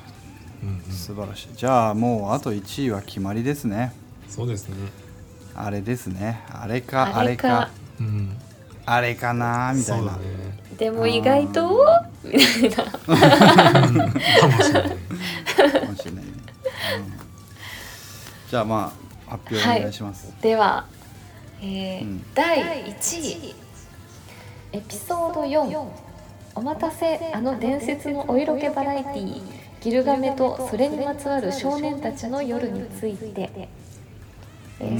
[SPEAKER 1] うんうん
[SPEAKER 2] た素晴らしいじゃあもうあと1位は決まりですね
[SPEAKER 1] そうですね
[SPEAKER 2] あれですねあれかあ
[SPEAKER 3] あ
[SPEAKER 2] れ
[SPEAKER 3] れ
[SPEAKER 2] か
[SPEAKER 3] か
[SPEAKER 1] うん
[SPEAKER 2] あれかなみたいな、
[SPEAKER 1] そうだね
[SPEAKER 3] でも意外とみたい な
[SPEAKER 1] かもしれな
[SPEAKER 2] か
[SPEAKER 1] い。
[SPEAKER 2] もしれないね、じゃあまあ発表お願いします、
[SPEAKER 3] では、えー
[SPEAKER 2] うん
[SPEAKER 4] 第
[SPEAKER 3] 第
[SPEAKER 4] 1
[SPEAKER 3] 1位
[SPEAKER 4] 位
[SPEAKER 3] エピソード4お待たせあの伝説のお色気バラエティーギルガメとそれにまつわる少年たちの夜について、えー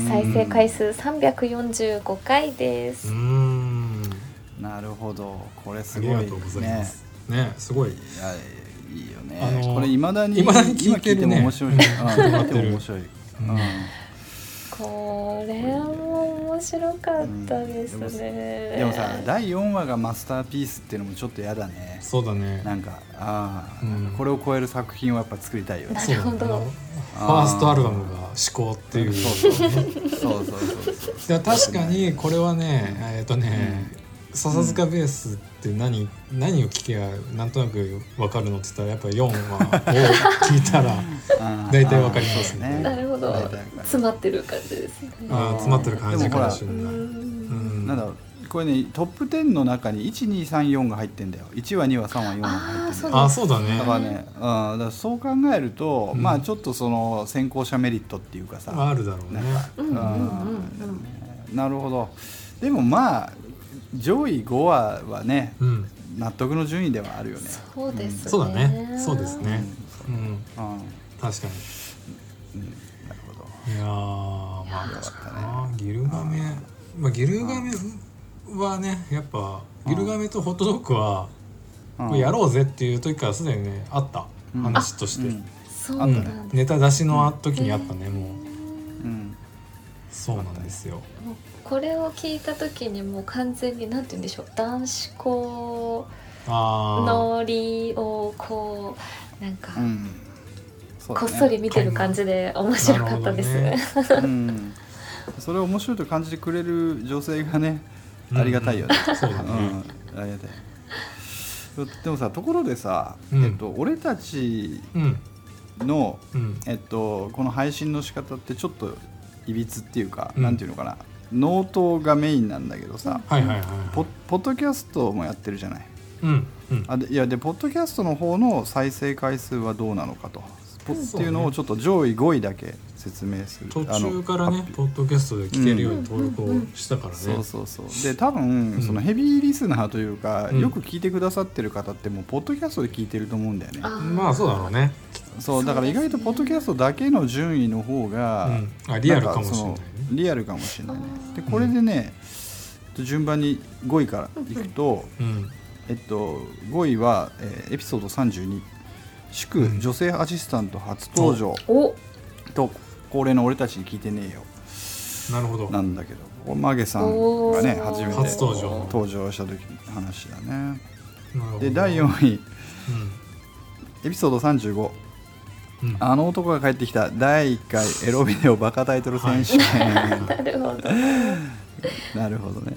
[SPEAKER 3] 再生回数345回で
[SPEAKER 1] う
[SPEAKER 3] す
[SPEAKER 1] ー。ん
[SPEAKER 2] なるほどこれす
[SPEAKER 1] あり
[SPEAKER 2] ご
[SPEAKER 1] が
[SPEAKER 2] い
[SPEAKER 1] とうございま
[SPEAKER 2] ね
[SPEAKER 1] すねすごい
[SPEAKER 2] いやいいよね、
[SPEAKER 1] あのー
[SPEAKER 2] これいまだに
[SPEAKER 1] 未だに聞
[SPEAKER 2] 今
[SPEAKER 1] いて
[SPEAKER 2] 聞いて
[SPEAKER 1] る
[SPEAKER 2] も
[SPEAKER 1] ね
[SPEAKER 2] 面白 い、うん、今聞いても面白い、うん
[SPEAKER 3] これも面白かったですね。
[SPEAKER 2] でもさ第4話がマスターピースっていうのもちょっとやだね
[SPEAKER 1] そうだね
[SPEAKER 2] なんかああ、
[SPEAKER 1] うん
[SPEAKER 2] これを超える作品をやっぱ作りたいよね
[SPEAKER 3] なるほど
[SPEAKER 1] そうだねフ
[SPEAKER 2] あー
[SPEAKER 1] ァーストアルバムが「至高」っていう
[SPEAKER 2] そうそうそうそうそう そう
[SPEAKER 1] いや確かにこれはねえっとね、笹塚ベースって何何を聞けばなんとなく分かるのって言ったらやっぱ4話を聞いた ら
[SPEAKER 2] あー
[SPEAKER 1] 大体わかりますね
[SPEAKER 2] あーそう
[SPEAKER 3] なるほど
[SPEAKER 2] 大体わかる
[SPEAKER 3] 詰まってる感じですね。
[SPEAKER 1] あー詰まってる感じかもしれ
[SPEAKER 3] う
[SPEAKER 1] ない。うんん
[SPEAKER 2] なんだろうこれねトップ10の中に1234が入ってんだよ1話2話3話4話が入ってんだよ
[SPEAKER 1] あーそうだ
[SPEAKER 2] だから
[SPEAKER 1] ね。
[SPEAKER 2] ね、うん、だからそう考えると、
[SPEAKER 1] うん
[SPEAKER 2] まあちょっとその先行者メリットっていうかさ、
[SPEAKER 1] あるだろうね。
[SPEAKER 3] うんうんうん
[SPEAKER 2] なるほどでもまあ上位5話はね
[SPEAKER 1] うん、
[SPEAKER 2] 納得の順位ではあるよね
[SPEAKER 3] そうですね。
[SPEAKER 1] そうだね。そうですね。うん、
[SPEAKER 2] うん、うん、な
[SPEAKER 1] 確か
[SPEAKER 2] るほど
[SPEAKER 1] に。いやー、まあ
[SPEAKER 2] よかったね
[SPEAKER 1] あーギルガメ、まあギルガメはね、やっぱギルガメとホットドッグは
[SPEAKER 2] うん
[SPEAKER 1] これやろうぜっていう時からすでにねあった
[SPEAKER 2] うん
[SPEAKER 1] 話として、
[SPEAKER 2] うん
[SPEAKER 3] そう
[SPEAKER 1] う
[SPEAKER 3] なんん
[SPEAKER 2] あ
[SPEAKER 3] だ
[SPEAKER 2] った。
[SPEAKER 1] ネタ出しの時にあったね、もう
[SPEAKER 2] うん
[SPEAKER 1] そうなんですよ、
[SPEAKER 3] もうこれを聞いた時にもう完全になんて言うんでしょう男子校
[SPEAKER 1] あ
[SPEAKER 3] のりをこうなんか、
[SPEAKER 2] うんそうだ
[SPEAKER 3] こっ
[SPEAKER 2] ね
[SPEAKER 3] そり見てる感じで面
[SPEAKER 1] あな
[SPEAKER 3] 白
[SPEAKER 1] る
[SPEAKER 3] か
[SPEAKER 1] ほ
[SPEAKER 3] った
[SPEAKER 1] ど
[SPEAKER 3] です。
[SPEAKER 1] ね
[SPEAKER 2] うん、それを面白いと感じてくれる女性がね
[SPEAKER 1] うん
[SPEAKER 2] ありがたいよね、
[SPEAKER 1] そうだね
[SPEAKER 2] うん、ありがたいでもさところでさ、
[SPEAKER 1] うん
[SPEAKER 2] えっと、俺たち
[SPEAKER 1] うん
[SPEAKER 2] の、
[SPEAKER 1] うん
[SPEAKER 2] えっと、この配信の仕方ってちょっといびつっていうか、
[SPEAKER 1] うん
[SPEAKER 2] なんていうのかなノートがメインなんだけどさ、
[SPEAKER 1] はいはいはいは
[SPEAKER 2] ポ
[SPEAKER 1] い
[SPEAKER 2] ポッドキャストもやってるじゃない
[SPEAKER 1] うんうん
[SPEAKER 2] あでいやでポッドキャストの方の再生回数はどうなのかとポっていうのをちょっと上位5位だけ説明する
[SPEAKER 1] 途
[SPEAKER 2] あの
[SPEAKER 1] 中からねポッドキャストで聞けるように登録をしたからね、
[SPEAKER 2] そうそうそうで多分、
[SPEAKER 1] ん
[SPEAKER 2] そのヘビーリスナーというか、
[SPEAKER 1] うん
[SPEAKER 2] よく聞いてくださってる方ってもうポッドキャストで聞いてると思うんだよね
[SPEAKER 3] あ
[SPEAKER 1] まあそうだろうね、
[SPEAKER 2] そうだから意外とポッドキャストだけの順位の方が、
[SPEAKER 1] うん、あリアルかもしれない
[SPEAKER 2] ん
[SPEAKER 1] ね
[SPEAKER 2] かそのリアルかもしれないねでこれでね、順番に5位からいくと、
[SPEAKER 1] うん
[SPEAKER 2] えっと、5位は、えーエピソード32祝
[SPEAKER 1] うん
[SPEAKER 2] 女性アシスタント初登場、
[SPEAKER 3] お
[SPEAKER 2] と恒例の俺たちに聞いてねえよ
[SPEAKER 1] なるほど
[SPEAKER 2] なんだけどマゲさんがね
[SPEAKER 3] おー
[SPEAKER 2] 初めて
[SPEAKER 1] 初登場
[SPEAKER 2] 登場した時の話だね
[SPEAKER 1] なるほど
[SPEAKER 2] で第4位
[SPEAKER 1] う
[SPEAKER 2] エピソード35
[SPEAKER 1] んうん
[SPEAKER 2] あの男が帰ってきた第1回エロビデオバカタイトル選手権、
[SPEAKER 3] なるほど。
[SPEAKER 2] なるほどね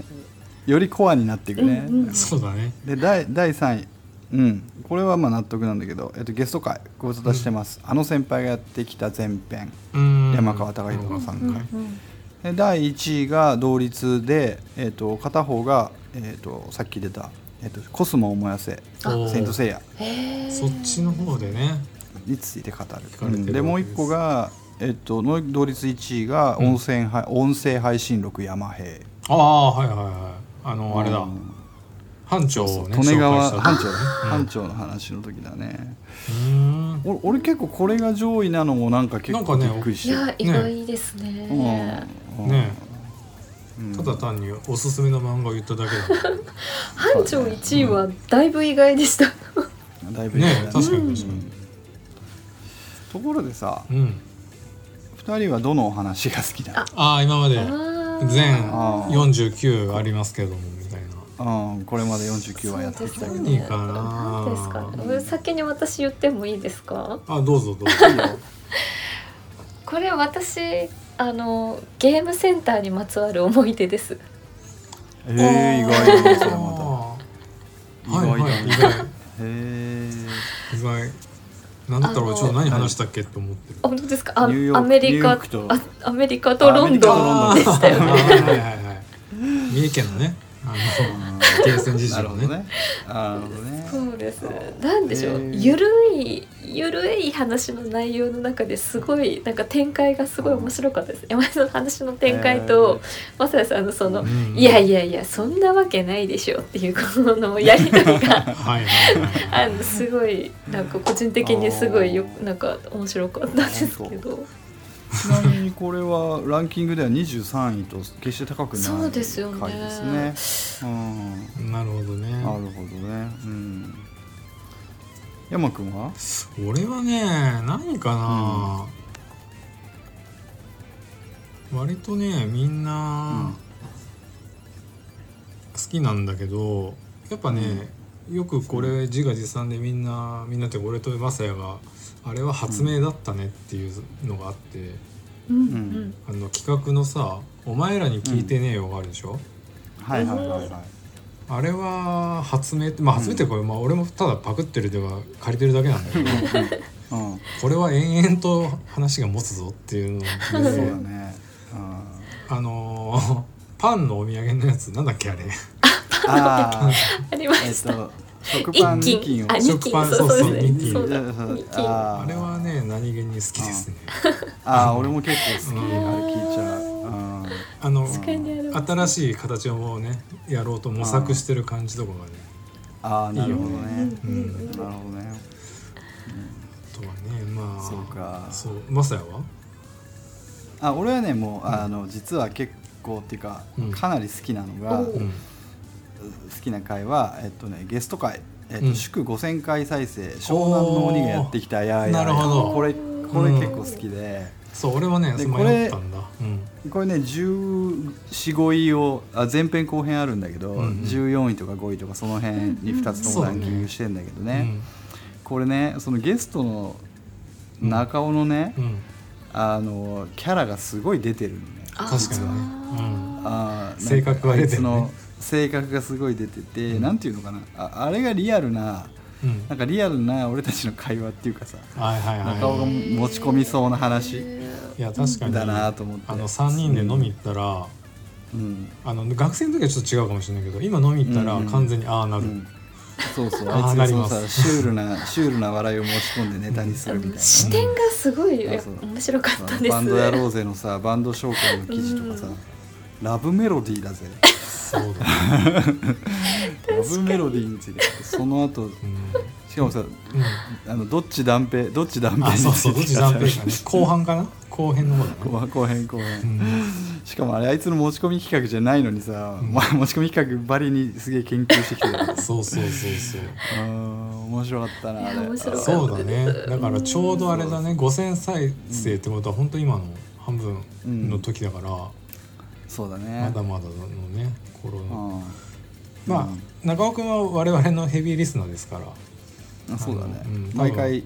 [SPEAKER 2] よりコアになっていくね、
[SPEAKER 1] そうだね
[SPEAKER 2] で第第3位うんこれはまあ納得なんだけど、えっと、ゲスト会ご無沙汰してます、あの先輩がやってきた前編
[SPEAKER 1] うん
[SPEAKER 2] 山川貴弘の3回、
[SPEAKER 3] うん
[SPEAKER 2] で第1位が同率で、えー、と片方が、えー、とさっき出た、えーと「コスモを燃やせ」「
[SPEAKER 1] おー
[SPEAKER 2] セイント・セイヤ
[SPEAKER 3] へ
[SPEAKER 1] そっちの方でね」
[SPEAKER 2] について語る
[SPEAKER 1] かれてるわけです
[SPEAKER 2] でもう1個が、えー、との同率1位が
[SPEAKER 1] ん
[SPEAKER 2] 音声,、音声配信録山平
[SPEAKER 1] ああはいはいはいあのあれだ、
[SPEAKER 2] うん
[SPEAKER 1] 班長をね
[SPEAKER 2] 利根川
[SPEAKER 1] 紹介
[SPEAKER 2] 班長
[SPEAKER 1] し
[SPEAKER 2] ね
[SPEAKER 1] た時
[SPEAKER 2] 班長の話の時だね
[SPEAKER 1] うんうーん
[SPEAKER 2] お俺結構これが上位なのもなんか結構び
[SPEAKER 1] なんかね
[SPEAKER 2] っくりし
[SPEAKER 3] い
[SPEAKER 2] てる
[SPEAKER 3] や意外ですね。
[SPEAKER 2] うんうん
[SPEAKER 1] ね
[SPEAKER 2] うん
[SPEAKER 1] ただ単におすすめの漫画を言っただけ だもん
[SPEAKER 3] 班長1位はだいぶ意外でした。
[SPEAKER 2] だいぶ
[SPEAKER 1] ね
[SPEAKER 2] 意外だ
[SPEAKER 1] 確かに確か
[SPEAKER 2] うんところでさ
[SPEAKER 1] にうん
[SPEAKER 2] 2人はどのお話が好きだろう
[SPEAKER 1] ああ今まで
[SPEAKER 3] あー
[SPEAKER 1] 全
[SPEAKER 2] あー
[SPEAKER 1] 49ありますけどもみたいな
[SPEAKER 2] うん、これまで49話やってきたけ
[SPEAKER 3] そう
[SPEAKER 2] ど、
[SPEAKER 3] ですね
[SPEAKER 1] 何かな
[SPEAKER 3] 何ですかね。先に私言ってもいいですか？
[SPEAKER 1] あどうぞどうぞ
[SPEAKER 3] これ私あのゲームセンターにまつわる思い出です。
[SPEAKER 2] えー、意外だねそれま
[SPEAKER 1] あ
[SPEAKER 2] た
[SPEAKER 1] ーはいはい
[SPEAKER 2] 意
[SPEAKER 1] 意
[SPEAKER 2] 外だね
[SPEAKER 1] 外
[SPEAKER 2] へえ
[SPEAKER 1] 意外なんだったら
[SPEAKER 3] あの
[SPEAKER 1] ちょっと何話したっけって思ってる
[SPEAKER 3] あ本当ですか？あ
[SPEAKER 2] ニューヨーク
[SPEAKER 3] アメリ
[SPEAKER 2] ニュー
[SPEAKER 3] カ
[SPEAKER 2] ヨークと
[SPEAKER 3] あアメリカとロンドン
[SPEAKER 2] あアメリカとロンドン
[SPEAKER 3] でしたよね。
[SPEAKER 1] はいはいはいはい三重県のねあのゲーセン事
[SPEAKER 2] な
[SPEAKER 1] 情
[SPEAKER 2] るほど
[SPEAKER 1] ね
[SPEAKER 2] ねなるほどね
[SPEAKER 3] そうです。なんでしょ
[SPEAKER 2] え
[SPEAKER 3] う。
[SPEAKER 2] ー
[SPEAKER 3] ゆるいゆるい話の内容の中ですごいなんか展開がすごい面白かったです。山田さんの話の展開と、まさやさんのその、
[SPEAKER 1] うん
[SPEAKER 3] いやいやいやそんなわけないでしょっていうこのやりとりが
[SPEAKER 1] はいはいはい
[SPEAKER 3] あのすごいなんか個人的にすごいよ
[SPEAKER 2] あー
[SPEAKER 3] なんか面白かったんですけど。
[SPEAKER 2] ちなみにこれはランキングでは23位と決して高くない
[SPEAKER 3] そうですよね
[SPEAKER 2] 回ですね。うん、
[SPEAKER 1] なるほどね
[SPEAKER 2] なるほどね。うん。山くんは？
[SPEAKER 1] 俺はね何かな、割とねみんな好きなんだけどやっぱね、よくこれ自画自賛でみんなみんなって俺とマサヤがあれは発明だったねっていうのがあって、
[SPEAKER 3] うんうんん。
[SPEAKER 1] あの企画のさ「お前らに聞いてねえよ」があるでしょ、
[SPEAKER 2] はいはいはい はい。
[SPEAKER 1] あれは発明ってまあ発明ってこれ、まあ、俺もただパクってるでは借りてるだけなんだけど
[SPEAKER 2] うん、う ん
[SPEAKER 1] これは延々と話が持つぞっていうの
[SPEAKER 2] そうだ
[SPEAKER 1] で
[SPEAKER 2] ね。うん、
[SPEAKER 1] あのーパンのお土産のやつなんだっけあれ
[SPEAKER 2] ああ、
[SPEAKER 3] ありま
[SPEAKER 2] えっ
[SPEAKER 3] した。
[SPEAKER 2] と食パン
[SPEAKER 3] 一
[SPEAKER 2] 二斤
[SPEAKER 3] 斤
[SPEAKER 2] を。
[SPEAKER 3] あ二
[SPEAKER 1] 食
[SPEAKER 3] 斤
[SPEAKER 1] パン
[SPEAKER 3] そう
[SPEAKER 1] そう
[SPEAKER 3] そ
[SPEAKER 1] そう
[SPEAKER 3] うですね。そう
[SPEAKER 1] 二
[SPEAKER 3] だ
[SPEAKER 2] そうそう
[SPEAKER 3] 二斤。
[SPEAKER 2] あー
[SPEAKER 1] あれはね何気に好きですね
[SPEAKER 2] ああ、俺も結構好き。
[SPEAKER 1] う
[SPEAKER 2] あ
[SPEAKER 1] ん
[SPEAKER 2] れ聞いちゃう。うん。
[SPEAKER 1] あの
[SPEAKER 3] 確かにあれは
[SPEAKER 1] 新しい形をねやろうと模索してる感じとかがね
[SPEAKER 2] ああ、なるほどね。
[SPEAKER 1] うん
[SPEAKER 2] なるほどね。
[SPEAKER 1] あとはねまあ
[SPEAKER 2] そうか
[SPEAKER 1] そうマサヤは
[SPEAKER 2] あ、俺はね、もう、あの、実は結構っていうか
[SPEAKER 1] うん、
[SPEAKER 2] かなり好きなのが。
[SPEAKER 3] おう
[SPEAKER 1] うん
[SPEAKER 2] 好きな回は、えっとね、ゲスト回、えっと
[SPEAKER 1] うん
[SPEAKER 2] 祝5000回再生湘南の鬼がやってきたやーやーやー
[SPEAKER 1] なるほど
[SPEAKER 2] これこれ結構好きで、
[SPEAKER 1] そう俺はね
[SPEAKER 2] で
[SPEAKER 1] 迷ったんだうん
[SPEAKER 2] これね1415位をあ前編後編あるんだけど、
[SPEAKER 1] うんうん
[SPEAKER 2] 14位とか5位とかその辺に2つともランキングしてんだけどね、これねそのゲストの中尾のね、
[SPEAKER 1] うんうん
[SPEAKER 2] あのキャラがすごい出てるのね
[SPEAKER 3] あ
[SPEAKER 1] 確かにねうん
[SPEAKER 2] あー
[SPEAKER 1] 性格が出てるね
[SPEAKER 2] なんかあいつの性格がすごい出てて、なんていうのかなああれがリアルな
[SPEAKER 1] うん
[SPEAKER 2] なんかリアルな俺たちの会話っていうかさ
[SPEAKER 1] はいはいはい
[SPEAKER 2] 中尾が持ち込みそうな話、
[SPEAKER 1] いや確かに
[SPEAKER 2] だなと思って
[SPEAKER 1] あの3人で飲み行ったら、
[SPEAKER 2] うん
[SPEAKER 1] あの学生の時はちょっと違うかもしれないけど今飲み行ったら
[SPEAKER 2] うんうん
[SPEAKER 1] 完全にああな
[SPEAKER 2] う
[SPEAKER 1] る、
[SPEAKER 2] ん、そうそう
[SPEAKER 1] あー
[SPEAKER 2] あいつがその
[SPEAKER 1] なり
[SPEAKER 2] さ
[SPEAKER 1] ま
[SPEAKER 2] シュールなシュールな笑いを持ち込んでネタにするみたいな。
[SPEAKER 3] 視点がすごいやっぱ
[SPEAKER 2] うん
[SPEAKER 3] 面白かったです、ね。
[SPEAKER 2] バンドやろうぜのさバンド紹介の記事とかさ、
[SPEAKER 3] うん
[SPEAKER 2] ラブメロディーだぜ
[SPEAKER 1] そうだ、ね
[SPEAKER 2] ラブメロディーについてその 後
[SPEAKER 1] うん
[SPEAKER 2] しかもさ
[SPEAKER 1] うん、
[SPEAKER 2] あのどっち断平どっち断平
[SPEAKER 1] あ
[SPEAKER 2] につ
[SPEAKER 1] そうそう
[SPEAKER 2] い
[SPEAKER 1] どってちジャンプ
[SPEAKER 2] 語る
[SPEAKER 1] かね後半かな後編の方だね
[SPEAKER 2] 後後編後編、
[SPEAKER 1] うん
[SPEAKER 2] しかもあれあいつの持ち込み企画じゃないのにさ、
[SPEAKER 1] うん
[SPEAKER 2] ま持ち込み企画ばりにすげえ研究してきてるう
[SPEAKER 1] そうそうそうそう
[SPEAKER 2] ーん面白かったなあれ
[SPEAKER 3] いや面白かった
[SPEAKER 1] そうだねだからちょうどあれだね5000再生ってことは本当今の半分の時だから、
[SPEAKER 2] そうだ
[SPEAKER 1] ま
[SPEAKER 2] ね
[SPEAKER 1] だまだのね頃
[SPEAKER 2] う
[SPEAKER 1] の、
[SPEAKER 2] ん
[SPEAKER 1] まあ中尾君は我々のヘビーリスナーですから
[SPEAKER 2] あそうだね、
[SPEAKER 1] うん
[SPEAKER 2] 毎回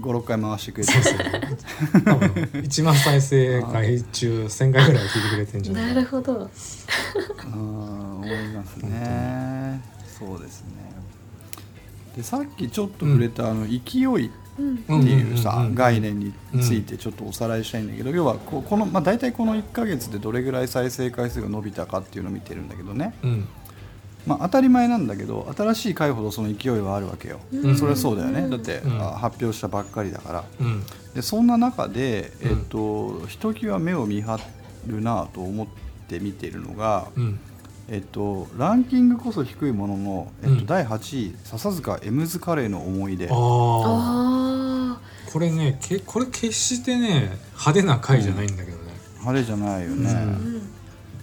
[SPEAKER 2] 56回回してくれて
[SPEAKER 1] そうそう多分1万再生回中1000回ぐらい聞いてくれてんじゃない
[SPEAKER 3] な
[SPEAKER 1] か
[SPEAKER 3] るほど。
[SPEAKER 2] うん思いますねそうですねでさっきちょっと触れた、あの勢い
[SPEAKER 3] うん。
[SPEAKER 2] っていうさ、
[SPEAKER 1] うんうんうんうん
[SPEAKER 2] 概念についてちょっとおさらいしたいんだけど、要はここの、まあ、大体この1ヶ月でどれぐらい再生回数が伸びたかっていうのを見てるんだけどね、
[SPEAKER 1] うん
[SPEAKER 2] まあ、当たり前なんだけど新しい回ほどその勢いはあるわけよ、
[SPEAKER 1] ん
[SPEAKER 2] それはそうだよねだって、
[SPEAKER 1] うん
[SPEAKER 2] あ発表したばっかりだから
[SPEAKER 1] うん
[SPEAKER 2] でそんな中で、
[SPEAKER 1] うん
[SPEAKER 2] えっとひときわ目を見張るなと思って見てるのが、
[SPEAKER 1] うん
[SPEAKER 2] えっと、ランキングこそ低いものの、えっと
[SPEAKER 1] うん
[SPEAKER 2] 第8位笹塚エムズカレーの思い出
[SPEAKER 1] あ
[SPEAKER 3] ああ。
[SPEAKER 1] あこれねけこれ決してね派手な回じゃないんだけどね、
[SPEAKER 2] あれじゃないよね、
[SPEAKER 1] うん
[SPEAKER 3] うん。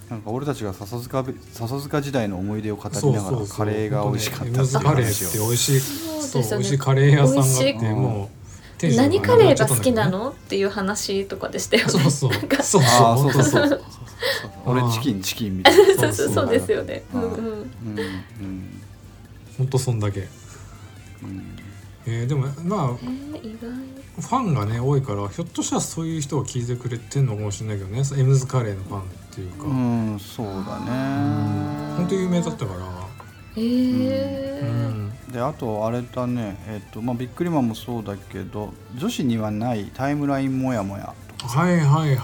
[SPEAKER 2] なんか俺たちが笹塚べ笹塚時代の思い出を語
[SPEAKER 1] そ
[SPEAKER 2] り
[SPEAKER 1] う
[SPEAKER 2] な
[SPEAKER 1] そ
[SPEAKER 2] がら
[SPEAKER 1] うそう
[SPEAKER 2] カレーが美味しかったって
[SPEAKER 1] エム
[SPEAKER 2] い
[SPEAKER 1] ズ
[SPEAKER 2] う
[SPEAKER 1] カレーっ
[SPEAKER 2] 話
[SPEAKER 1] て
[SPEAKER 2] を
[SPEAKER 1] 美味しい
[SPEAKER 3] そ
[SPEAKER 1] そうう,、
[SPEAKER 3] ですよね
[SPEAKER 1] 美味しいカレー屋さんがあ
[SPEAKER 3] 美
[SPEAKER 1] っ
[SPEAKER 3] 味
[SPEAKER 2] しい
[SPEAKER 1] てもう店主
[SPEAKER 3] 何
[SPEAKER 1] が
[SPEAKER 3] カレーが好きな
[SPEAKER 1] ね
[SPEAKER 3] のっていう話とかでしたよね。
[SPEAKER 1] そうそう
[SPEAKER 3] なんか
[SPEAKER 1] そうそう
[SPEAKER 2] ああそ
[SPEAKER 1] 本
[SPEAKER 2] うそ
[SPEAKER 1] 当
[SPEAKER 2] うそうそううそ
[SPEAKER 1] そ
[SPEAKER 2] うそう俺チキンチキンみたいな
[SPEAKER 3] そうそうそうですよね。
[SPEAKER 2] う
[SPEAKER 3] うんんうん。
[SPEAKER 2] うんうん
[SPEAKER 1] 本当そんだけ、
[SPEAKER 2] うん
[SPEAKER 1] えー、でもま
[SPEAKER 3] え
[SPEAKER 1] あ
[SPEAKER 3] ー、意外。
[SPEAKER 1] ファンがね多いからひょっとしたらそういう人が聞いてくれてんのかもしれないけどねエムズカレーのファンっていうか、
[SPEAKER 2] うんそうだね
[SPEAKER 1] 本当有名だったから、
[SPEAKER 3] ええ
[SPEAKER 1] う
[SPEAKER 3] ー。
[SPEAKER 1] ん、
[SPEAKER 2] であとあれだねえっとまあビックリマンもそうだけど女子にはないタイムラインもやもや
[SPEAKER 1] はいはいはいはい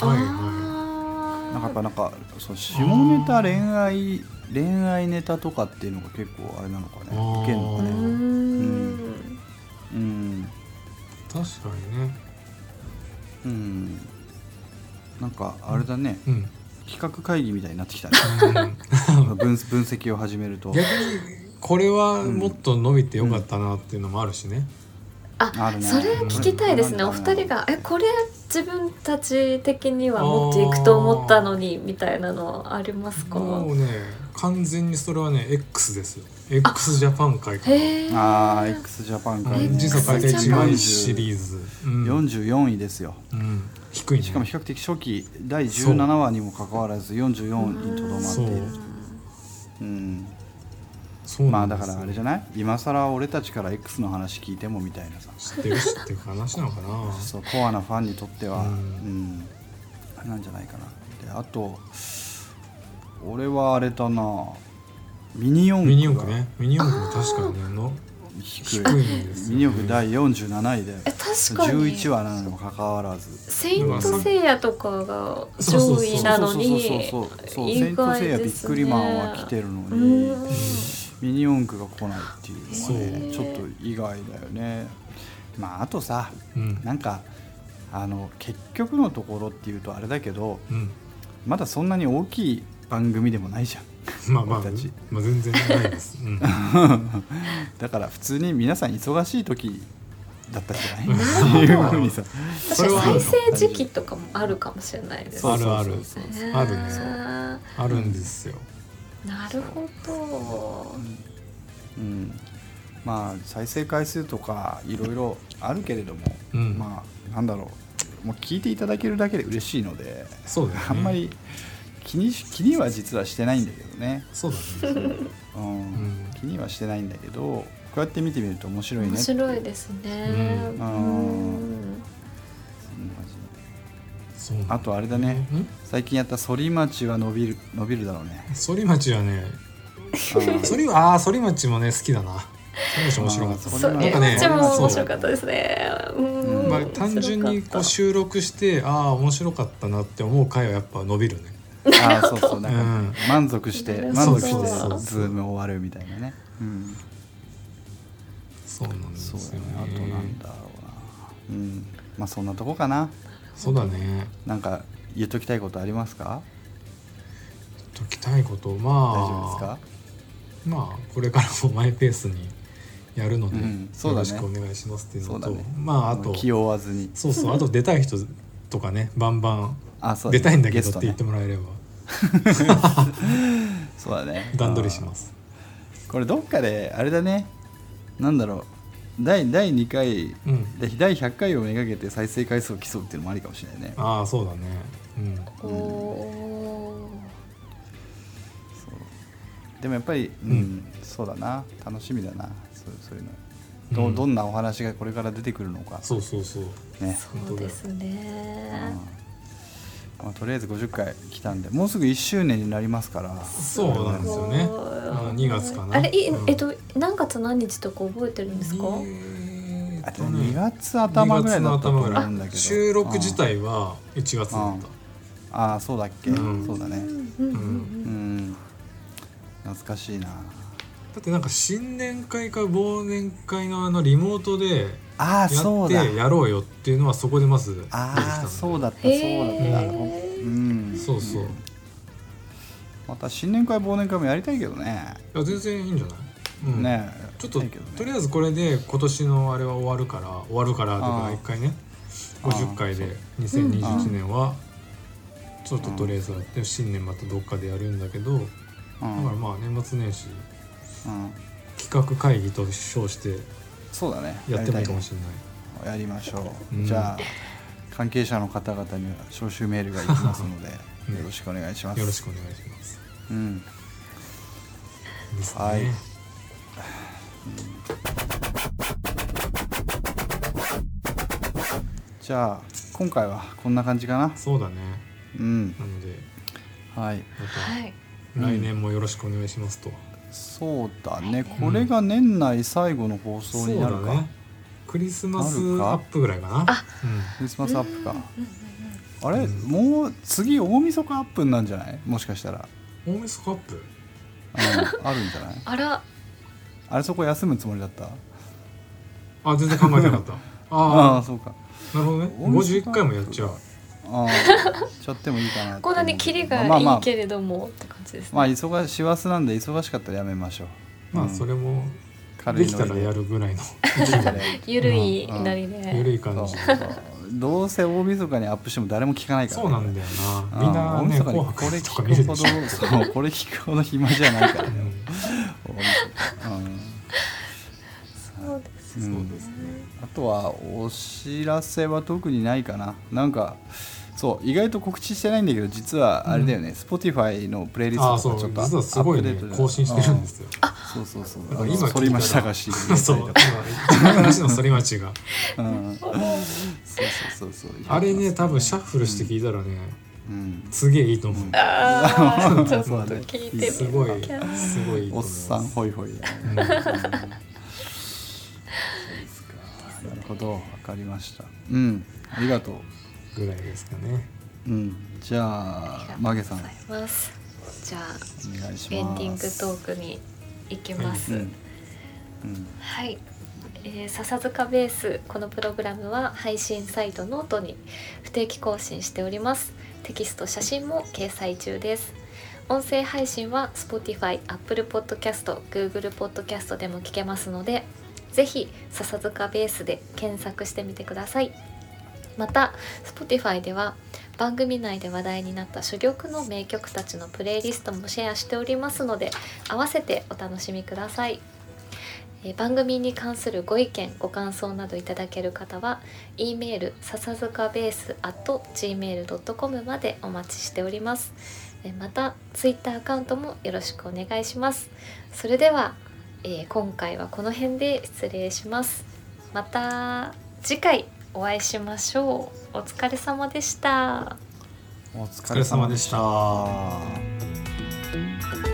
[SPEAKER 2] な
[SPEAKER 3] あ
[SPEAKER 2] んかやっ
[SPEAKER 3] あ。
[SPEAKER 2] ぱなんかそう下ネタ恋愛恋愛ネタとかっていうのが結構あれなのかね
[SPEAKER 1] あー
[SPEAKER 2] 受けんの
[SPEAKER 3] う
[SPEAKER 2] か
[SPEAKER 3] ー
[SPEAKER 2] ね
[SPEAKER 3] ん
[SPEAKER 2] うん
[SPEAKER 1] 確かにね
[SPEAKER 2] うんなんかあれだね、
[SPEAKER 1] うん
[SPEAKER 2] 企画会議みたいになってきた ね
[SPEAKER 1] う
[SPEAKER 2] 分
[SPEAKER 1] ん
[SPEAKER 2] 分析を始めると
[SPEAKER 1] 逆にこれはもっと伸びてよかったなっていうのもあるしね、
[SPEAKER 2] あ
[SPEAKER 3] あ
[SPEAKER 2] るね
[SPEAKER 3] それ聞きたいですね、
[SPEAKER 2] うん
[SPEAKER 3] お二人が「えこれ自分たち的には持っていくと思ったのに」みたいなのありますか
[SPEAKER 1] もうね完全にそれはね X ですよ x ジャパン会かな
[SPEAKER 3] へー
[SPEAKER 2] あー x ジャパンから
[SPEAKER 1] う
[SPEAKER 2] ね
[SPEAKER 1] ん
[SPEAKER 3] X
[SPEAKER 1] 人生大体一番シリーズ、うん
[SPEAKER 2] 44位ですよ
[SPEAKER 1] うん低いね
[SPEAKER 2] しかも比較的初期第17話にもかかわらず44位にとどまっている
[SPEAKER 1] そう
[SPEAKER 2] うん
[SPEAKER 1] そう
[SPEAKER 2] ま
[SPEAKER 1] な
[SPEAKER 2] あ
[SPEAKER 1] ん
[SPEAKER 2] だ
[SPEAKER 1] です
[SPEAKER 2] か
[SPEAKER 1] よ
[SPEAKER 2] らあれじゃない今更俺たちから X の話聞いてもみたいなさ
[SPEAKER 1] 知ってる知ってる話なのかな
[SPEAKER 2] そうコアなファンにとっては、う
[SPEAKER 1] うん
[SPEAKER 2] んあれなんじゃないかなであと俺はあれだなミニ四
[SPEAKER 1] ミニ四
[SPEAKER 2] 駆
[SPEAKER 1] 駆
[SPEAKER 2] が
[SPEAKER 1] ねミニ四駆も確かにねの
[SPEAKER 2] 低
[SPEAKER 1] 低
[SPEAKER 2] い
[SPEAKER 1] いんですよ、ね、
[SPEAKER 2] ミニ四駆第47位で
[SPEAKER 3] え確かに
[SPEAKER 2] 11話なのにもかかわらず
[SPEAKER 3] セイントセイヤとかが
[SPEAKER 1] そう
[SPEAKER 3] 上
[SPEAKER 1] そう
[SPEAKER 3] 位
[SPEAKER 1] そう
[SPEAKER 3] なのに
[SPEAKER 2] そうそうそうそうセイ
[SPEAKER 3] 意
[SPEAKER 2] ント
[SPEAKER 3] 外
[SPEAKER 2] セイヤビ
[SPEAKER 3] で
[SPEAKER 2] ッ
[SPEAKER 3] す
[SPEAKER 2] ク
[SPEAKER 3] ね
[SPEAKER 2] リマンは来てるの
[SPEAKER 3] う
[SPEAKER 2] に
[SPEAKER 3] ーん
[SPEAKER 2] ミニ四駆が来ないっていうのはねち
[SPEAKER 3] そ
[SPEAKER 2] ょ
[SPEAKER 3] う
[SPEAKER 2] っと意外だよねまああとさ
[SPEAKER 1] うん
[SPEAKER 2] なんかあの結局のところっていうとあれだけど
[SPEAKER 1] うん
[SPEAKER 2] まだそんなに大きい番組でもないじゃん
[SPEAKER 1] まあまあ、
[SPEAKER 2] 僕たち
[SPEAKER 1] まあ、全然ないです、 うん、
[SPEAKER 2] だから普通に皆さん忙しい時だったんじゃ ないっていうふうにさ
[SPEAKER 3] 確
[SPEAKER 1] それはあ
[SPEAKER 3] か
[SPEAKER 1] る
[SPEAKER 3] に
[SPEAKER 1] の
[SPEAKER 3] 再生時期とかもあるかもしれないです
[SPEAKER 1] あるある
[SPEAKER 2] そうそうそうそう
[SPEAKER 1] あるね
[SPEAKER 3] へー
[SPEAKER 1] あるんですよ、
[SPEAKER 3] なるほど
[SPEAKER 2] うんまあ再生回数とかいろいろあるけれども、
[SPEAKER 1] うん
[SPEAKER 2] まあなんだろうもう聞いていただけるだけで嬉しいので
[SPEAKER 1] そうだよね
[SPEAKER 2] あんまり気にし気には実はしてないんだけどね、
[SPEAKER 1] そうだね
[SPEAKER 2] うん
[SPEAKER 1] ん
[SPEAKER 2] 気にはしてないんだけどこうやって見てみると面白いね
[SPEAKER 3] 面
[SPEAKER 2] っていう
[SPEAKER 3] 白いですね
[SPEAKER 2] あ
[SPEAKER 1] うん
[SPEAKER 2] ー
[SPEAKER 3] うん
[SPEAKER 2] そんな感じ
[SPEAKER 1] そうなんだ
[SPEAKER 2] あとあれだね
[SPEAKER 1] うん
[SPEAKER 2] 最近やった反町は伸びる伸びるだろうね
[SPEAKER 1] 反町はね
[SPEAKER 2] あー
[SPEAKER 1] 反りああ反町もね好きだな反町面白かった
[SPEAKER 2] あー
[SPEAKER 3] そ
[SPEAKER 2] れは
[SPEAKER 3] う
[SPEAKER 1] なん
[SPEAKER 3] ね
[SPEAKER 1] かね
[SPEAKER 3] こっちも面
[SPEAKER 1] そう
[SPEAKER 3] 白かったですねうん
[SPEAKER 1] まあ、単純にこう収録してああ面白かったなって思う回はやっぱ伸びるね
[SPEAKER 2] あーそうそうなんか、
[SPEAKER 1] うん
[SPEAKER 2] 満足して
[SPEAKER 3] なる
[SPEAKER 2] 満
[SPEAKER 3] ほ
[SPEAKER 2] 足
[SPEAKER 3] ど
[SPEAKER 2] して
[SPEAKER 1] そうそうそう
[SPEAKER 2] ズーム終わるみたいなね、うん、
[SPEAKER 1] そうなんで
[SPEAKER 2] そう
[SPEAKER 1] す
[SPEAKER 2] だ
[SPEAKER 1] よ
[SPEAKER 2] ね
[SPEAKER 1] ね
[SPEAKER 2] あとなんだろうなうんまあそんなとこかな
[SPEAKER 1] そうだね
[SPEAKER 2] なんか言っときたいことありますか
[SPEAKER 1] 解きたいことま
[SPEAKER 2] 大
[SPEAKER 1] あ
[SPEAKER 2] 丈夫ですか
[SPEAKER 1] まあこれからもマイペースにやるので、
[SPEAKER 2] うんそうだ
[SPEAKER 1] よろ
[SPEAKER 2] ね
[SPEAKER 1] しくお願いしますっていうの
[SPEAKER 2] そ
[SPEAKER 1] と
[SPEAKER 2] うだね
[SPEAKER 1] まああと
[SPEAKER 2] 気負わずに
[SPEAKER 1] そうそうあと出たい人とかねバンバン
[SPEAKER 2] あそうだ
[SPEAKER 1] 出
[SPEAKER 2] ね
[SPEAKER 1] たいんだけ
[SPEAKER 2] ゲス
[SPEAKER 1] どって
[SPEAKER 2] ト
[SPEAKER 1] 言っ
[SPEAKER 2] ね
[SPEAKER 1] てもらえれば
[SPEAKER 2] そうだね
[SPEAKER 1] 段取りします
[SPEAKER 2] あーこれどっかであれだねなんだろう第第2回
[SPEAKER 1] うん
[SPEAKER 2] で第100回をめがけて再生回数を競うっていうのもありかもしれないね
[SPEAKER 1] ああそうだねうん
[SPEAKER 3] おお
[SPEAKER 2] でもやっぱりうん、
[SPEAKER 1] うん
[SPEAKER 2] そうだな楽しみだなそうそういうのど,、
[SPEAKER 1] う
[SPEAKER 2] うんどんなお話がこれから出てくるのか
[SPEAKER 1] そうそうそう
[SPEAKER 2] ね
[SPEAKER 1] 本
[SPEAKER 3] そ
[SPEAKER 1] 当
[SPEAKER 3] う
[SPEAKER 1] だよ
[SPEAKER 3] ですね
[SPEAKER 2] まあ、とりあえず50回来たんでもうすぐ1周年になりますから
[SPEAKER 1] そうなんですよね
[SPEAKER 3] おー
[SPEAKER 1] あの2月かな
[SPEAKER 3] あれい
[SPEAKER 1] うん
[SPEAKER 3] えっと何月何日とか覚えてるんですか
[SPEAKER 1] えー
[SPEAKER 2] あ
[SPEAKER 1] っ
[SPEAKER 2] と
[SPEAKER 1] とね
[SPEAKER 2] 2月頭ぐらいだったと思う
[SPEAKER 1] 2
[SPEAKER 2] んだけど
[SPEAKER 1] 月の頭ぐらい収録自体は1月だっ
[SPEAKER 2] うんああそうだっけ、
[SPEAKER 1] うん
[SPEAKER 2] そうだね
[SPEAKER 3] うんうんう
[SPEAKER 2] うんん懐かしいな
[SPEAKER 1] ただってなんか新年会か忘年会のあのリモートで
[SPEAKER 2] ああ
[SPEAKER 1] や
[SPEAKER 2] そ
[SPEAKER 1] っ
[SPEAKER 2] うだ
[SPEAKER 1] てやろうよっていうのはそこでまず出てきたん
[SPEAKER 2] ああそうだったそうだった、
[SPEAKER 3] へ
[SPEAKER 2] う
[SPEAKER 3] ー
[SPEAKER 2] ん
[SPEAKER 1] そうそうい
[SPEAKER 2] また新年会忘年会もやりたいけどね、
[SPEAKER 1] や全然いいんじゃない、うん、
[SPEAKER 2] ねえ
[SPEAKER 1] ちょっと、
[SPEAKER 2] やりたいけどね
[SPEAKER 1] とりあえずこれで今年のあれは終わるから終わるからと
[SPEAKER 2] あ
[SPEAKER 1] か
[SPEAKER 2] ー
[SPEAKER 1] 一回ね
[SPEAKER 2] あー
[SPEAKER 1] 50回で2021年はちょっととりあえずやって新年またどっかでやるんだけどだ
[SPEAKER 2] う
[SPEAKER 1] か
[SPEAKER 2] ん
[SPEAKER 1] らまあ年末年始
[SPEAKER 2] うん、
[SPEAKER 1] 企画会議と称して
[SPEAKER 2] そうだね
[SPEAKER 1] やってもいいかも
[SPEAKER 2] り
[SPEAKER 1] しれない
[SPEAKER 2] たいやりましょう、
[SPEAKER 1] うん
[SPEAKER 2] じゃあ関係者の方々には招集メールがいきますので
[SPEAKER 1] うん
[SPEAKER 2] よろしくお願いします
[SPEAKER 1] よろしくお願いします
[SPEAKER 2] うん
[SPEAKER 1] ですね、
[SPEAKER 2] はいじゃあ今回はこんな感じかな
[SPEAKER 1] そうだね
[SPEAKER 2] うん
[SPEAKER 1] なので
[SPEAKER 2] はい
[SPEAKER 1] ま
[SPEAKER 3] はい
[SPEAKER 1] た来年もよろしくお願いしますと、
[SPEAKER 2] そうだねこれが年内最後の放送になるか、
[SPEAKER 1] クリスマスア
[SPEAKER 2] なるか
[SPEAKER 1] ップぐらいかな
[SPEAKER 2] クリスマスアップかあれもう次大晦日アップになるんじゃないもしかしたら
[SPEAKER 1] うん、大晦日アップ
[SPEAKER 2] うんあるんじゃない
[SPEAKER 3] あら
[SPEAKER 2] あれそこ休むつもりだった
[SPEAKER 1] あ全然考えてな かった
[SPEAKER 2] ああ
[SPEAKER 1] あ
[SPEAKER 2] そうか
[SPEAKER 1] あなるほどね
[SPEAKER 2] 音楽
[SPEAKER 1] 51回もやっちゃう
[SPEAKER 2] ああちゃってもいいかなって
[SPEAKER 3] こんなにキリが
[SPEAKER 2] まあま
[SPEAKER 3] い
[SPEAKER 2] あ
[SPEAKER 3] いけれどもって感じですね
[SPEAKER 2] まあ忙し師走なんで忙しかったらやめましょう
[SPEAKER 1] ま
[SPEAKER 2] う
[SPEAKER 1] あ
[SPEAKER 2] ん
[SPEAKER 1] それも
[SPEAKER 2] 軽い
[SPEAKER 1] できたらやるぐらいの
[SPEAKER 2] ノリで
[SPEAKER 3] ゆるいなりで
[SPEAKER 1] 緩い感じ
[SPEAKER 2] そうどうせ大晦日にアップしても誰も聞かないから
[SPEAKER 1] そうなんだよなみんな
[SPEAKER 2] う
[SPEAKER 1] ね
[SPEAKER 2] 大晦日
[SPEAKER 1] 紅
[SPEAKER 2] にこれ
[SPEAKER 1] 白とか見
[SPEAKER 2] 聞くほ
[SPEAKER 1] るで
[SPEAKER 2] ど
[SPEAKER 1] しょ
[SPEAKER 2] そうこれ聞くほど暇じゃないからね
[SPEAKER 1] う
[SPEAKER 2] 大晦
[SPEAKER 1] ん
[SPEAKER 2] 日うん
[SPEAKER 3] そうです
[SPEAKER 2] うんあとはお知らせは特にないかななんかそう意外と告知してないんだけど実はあれだよね、Spotify のプレイリス
[SPEAKER 1] あ
[SPEAKER 2] ト
[SPEAKER 1] あそ
[SPEAKER 2] とかちょ
[SPEAKER 1] う
[SPEAKER 2] っと
[SPEAKER 1] 実はすごいね更新してるんですよ
[SPEAKER 2] すそうそうそう
[SPEAKER 1] だか
[SPEAKER 2] あ
[SPEAKER 1] ら
[SPEAKER 2] の
[SPEAKER 1] 今聞いたら
[SPEAKER 2] 反町隆史入れたり
[SPEAKER 1] そう
[SPEAKER 2] と
[SPEAKER 1] 今
[SPEAKER 2] か
[SPEAKER 1] 一番新しいの反町が
[SPEAKER 2] うんそうそうそうそう
[SPEAKER 1] あれね多分シャッフルして聞いたらね
[SPEAKER 2] うん
[SPEAKER 1] すげえいいと思う
[SPEAKER 3] ああちょっと
[SPEAKER 2] そうだね
[SPEAKER 3] 聞いて
[SPEAKER 1] す
[SPEAKER 3] み
[SPEAKER 1] ごい
[SPEAKER 3] キャー
[SPEAKER 1] すごいいいと
[SPEAKER 2] おっ
[SPEAKER 1] 思い
[SPEAKER 2] さん
[SPEAKER 1] ます
[SPEAKER 2] ホイホイだね
[SPEAKER 1] うん
[SPEAKER 2] なるほどわかりましたうんありがとう
[SPEAKER 1] ぐらいですかね
[SPEAKER 2] うんじゃあマゲさんお
[SPEAKER 3] ますじゃあ
[SPEAKER 2] 願いします
[SPEAKER 3] エンディングトークに行きます、
[SPEAKER 2] うんうん
[SPEAKER 3] はい、えー笹塚ベースこのプログラムは配信サイトノートに不定期更新しておりますテキスト写真も掲載中です音声配信は Spotify、Apple Podcast、Google Podcast でも聞けますのでぜひ笹塚ベースで検索してみてくださいまた Spotify では番組内で話題になった珠玉の名曲たちのプレイリストもシェアしておりますので合わせてお楽しみくださいえー番組に関するご意見ご感想などいただける方は e メール笹塚ベース at gmail.com までお待ちしておりますえーまたツイッターアカウントもよろしくお願いしますそれでは、えー今回はこの辺で失礼しますまた次回お会いしましょうお疲れ様でした
[SPEAKER 2] お疲
[SPEAKER 1] れ様でした
[SPEAKER 2] れ様でした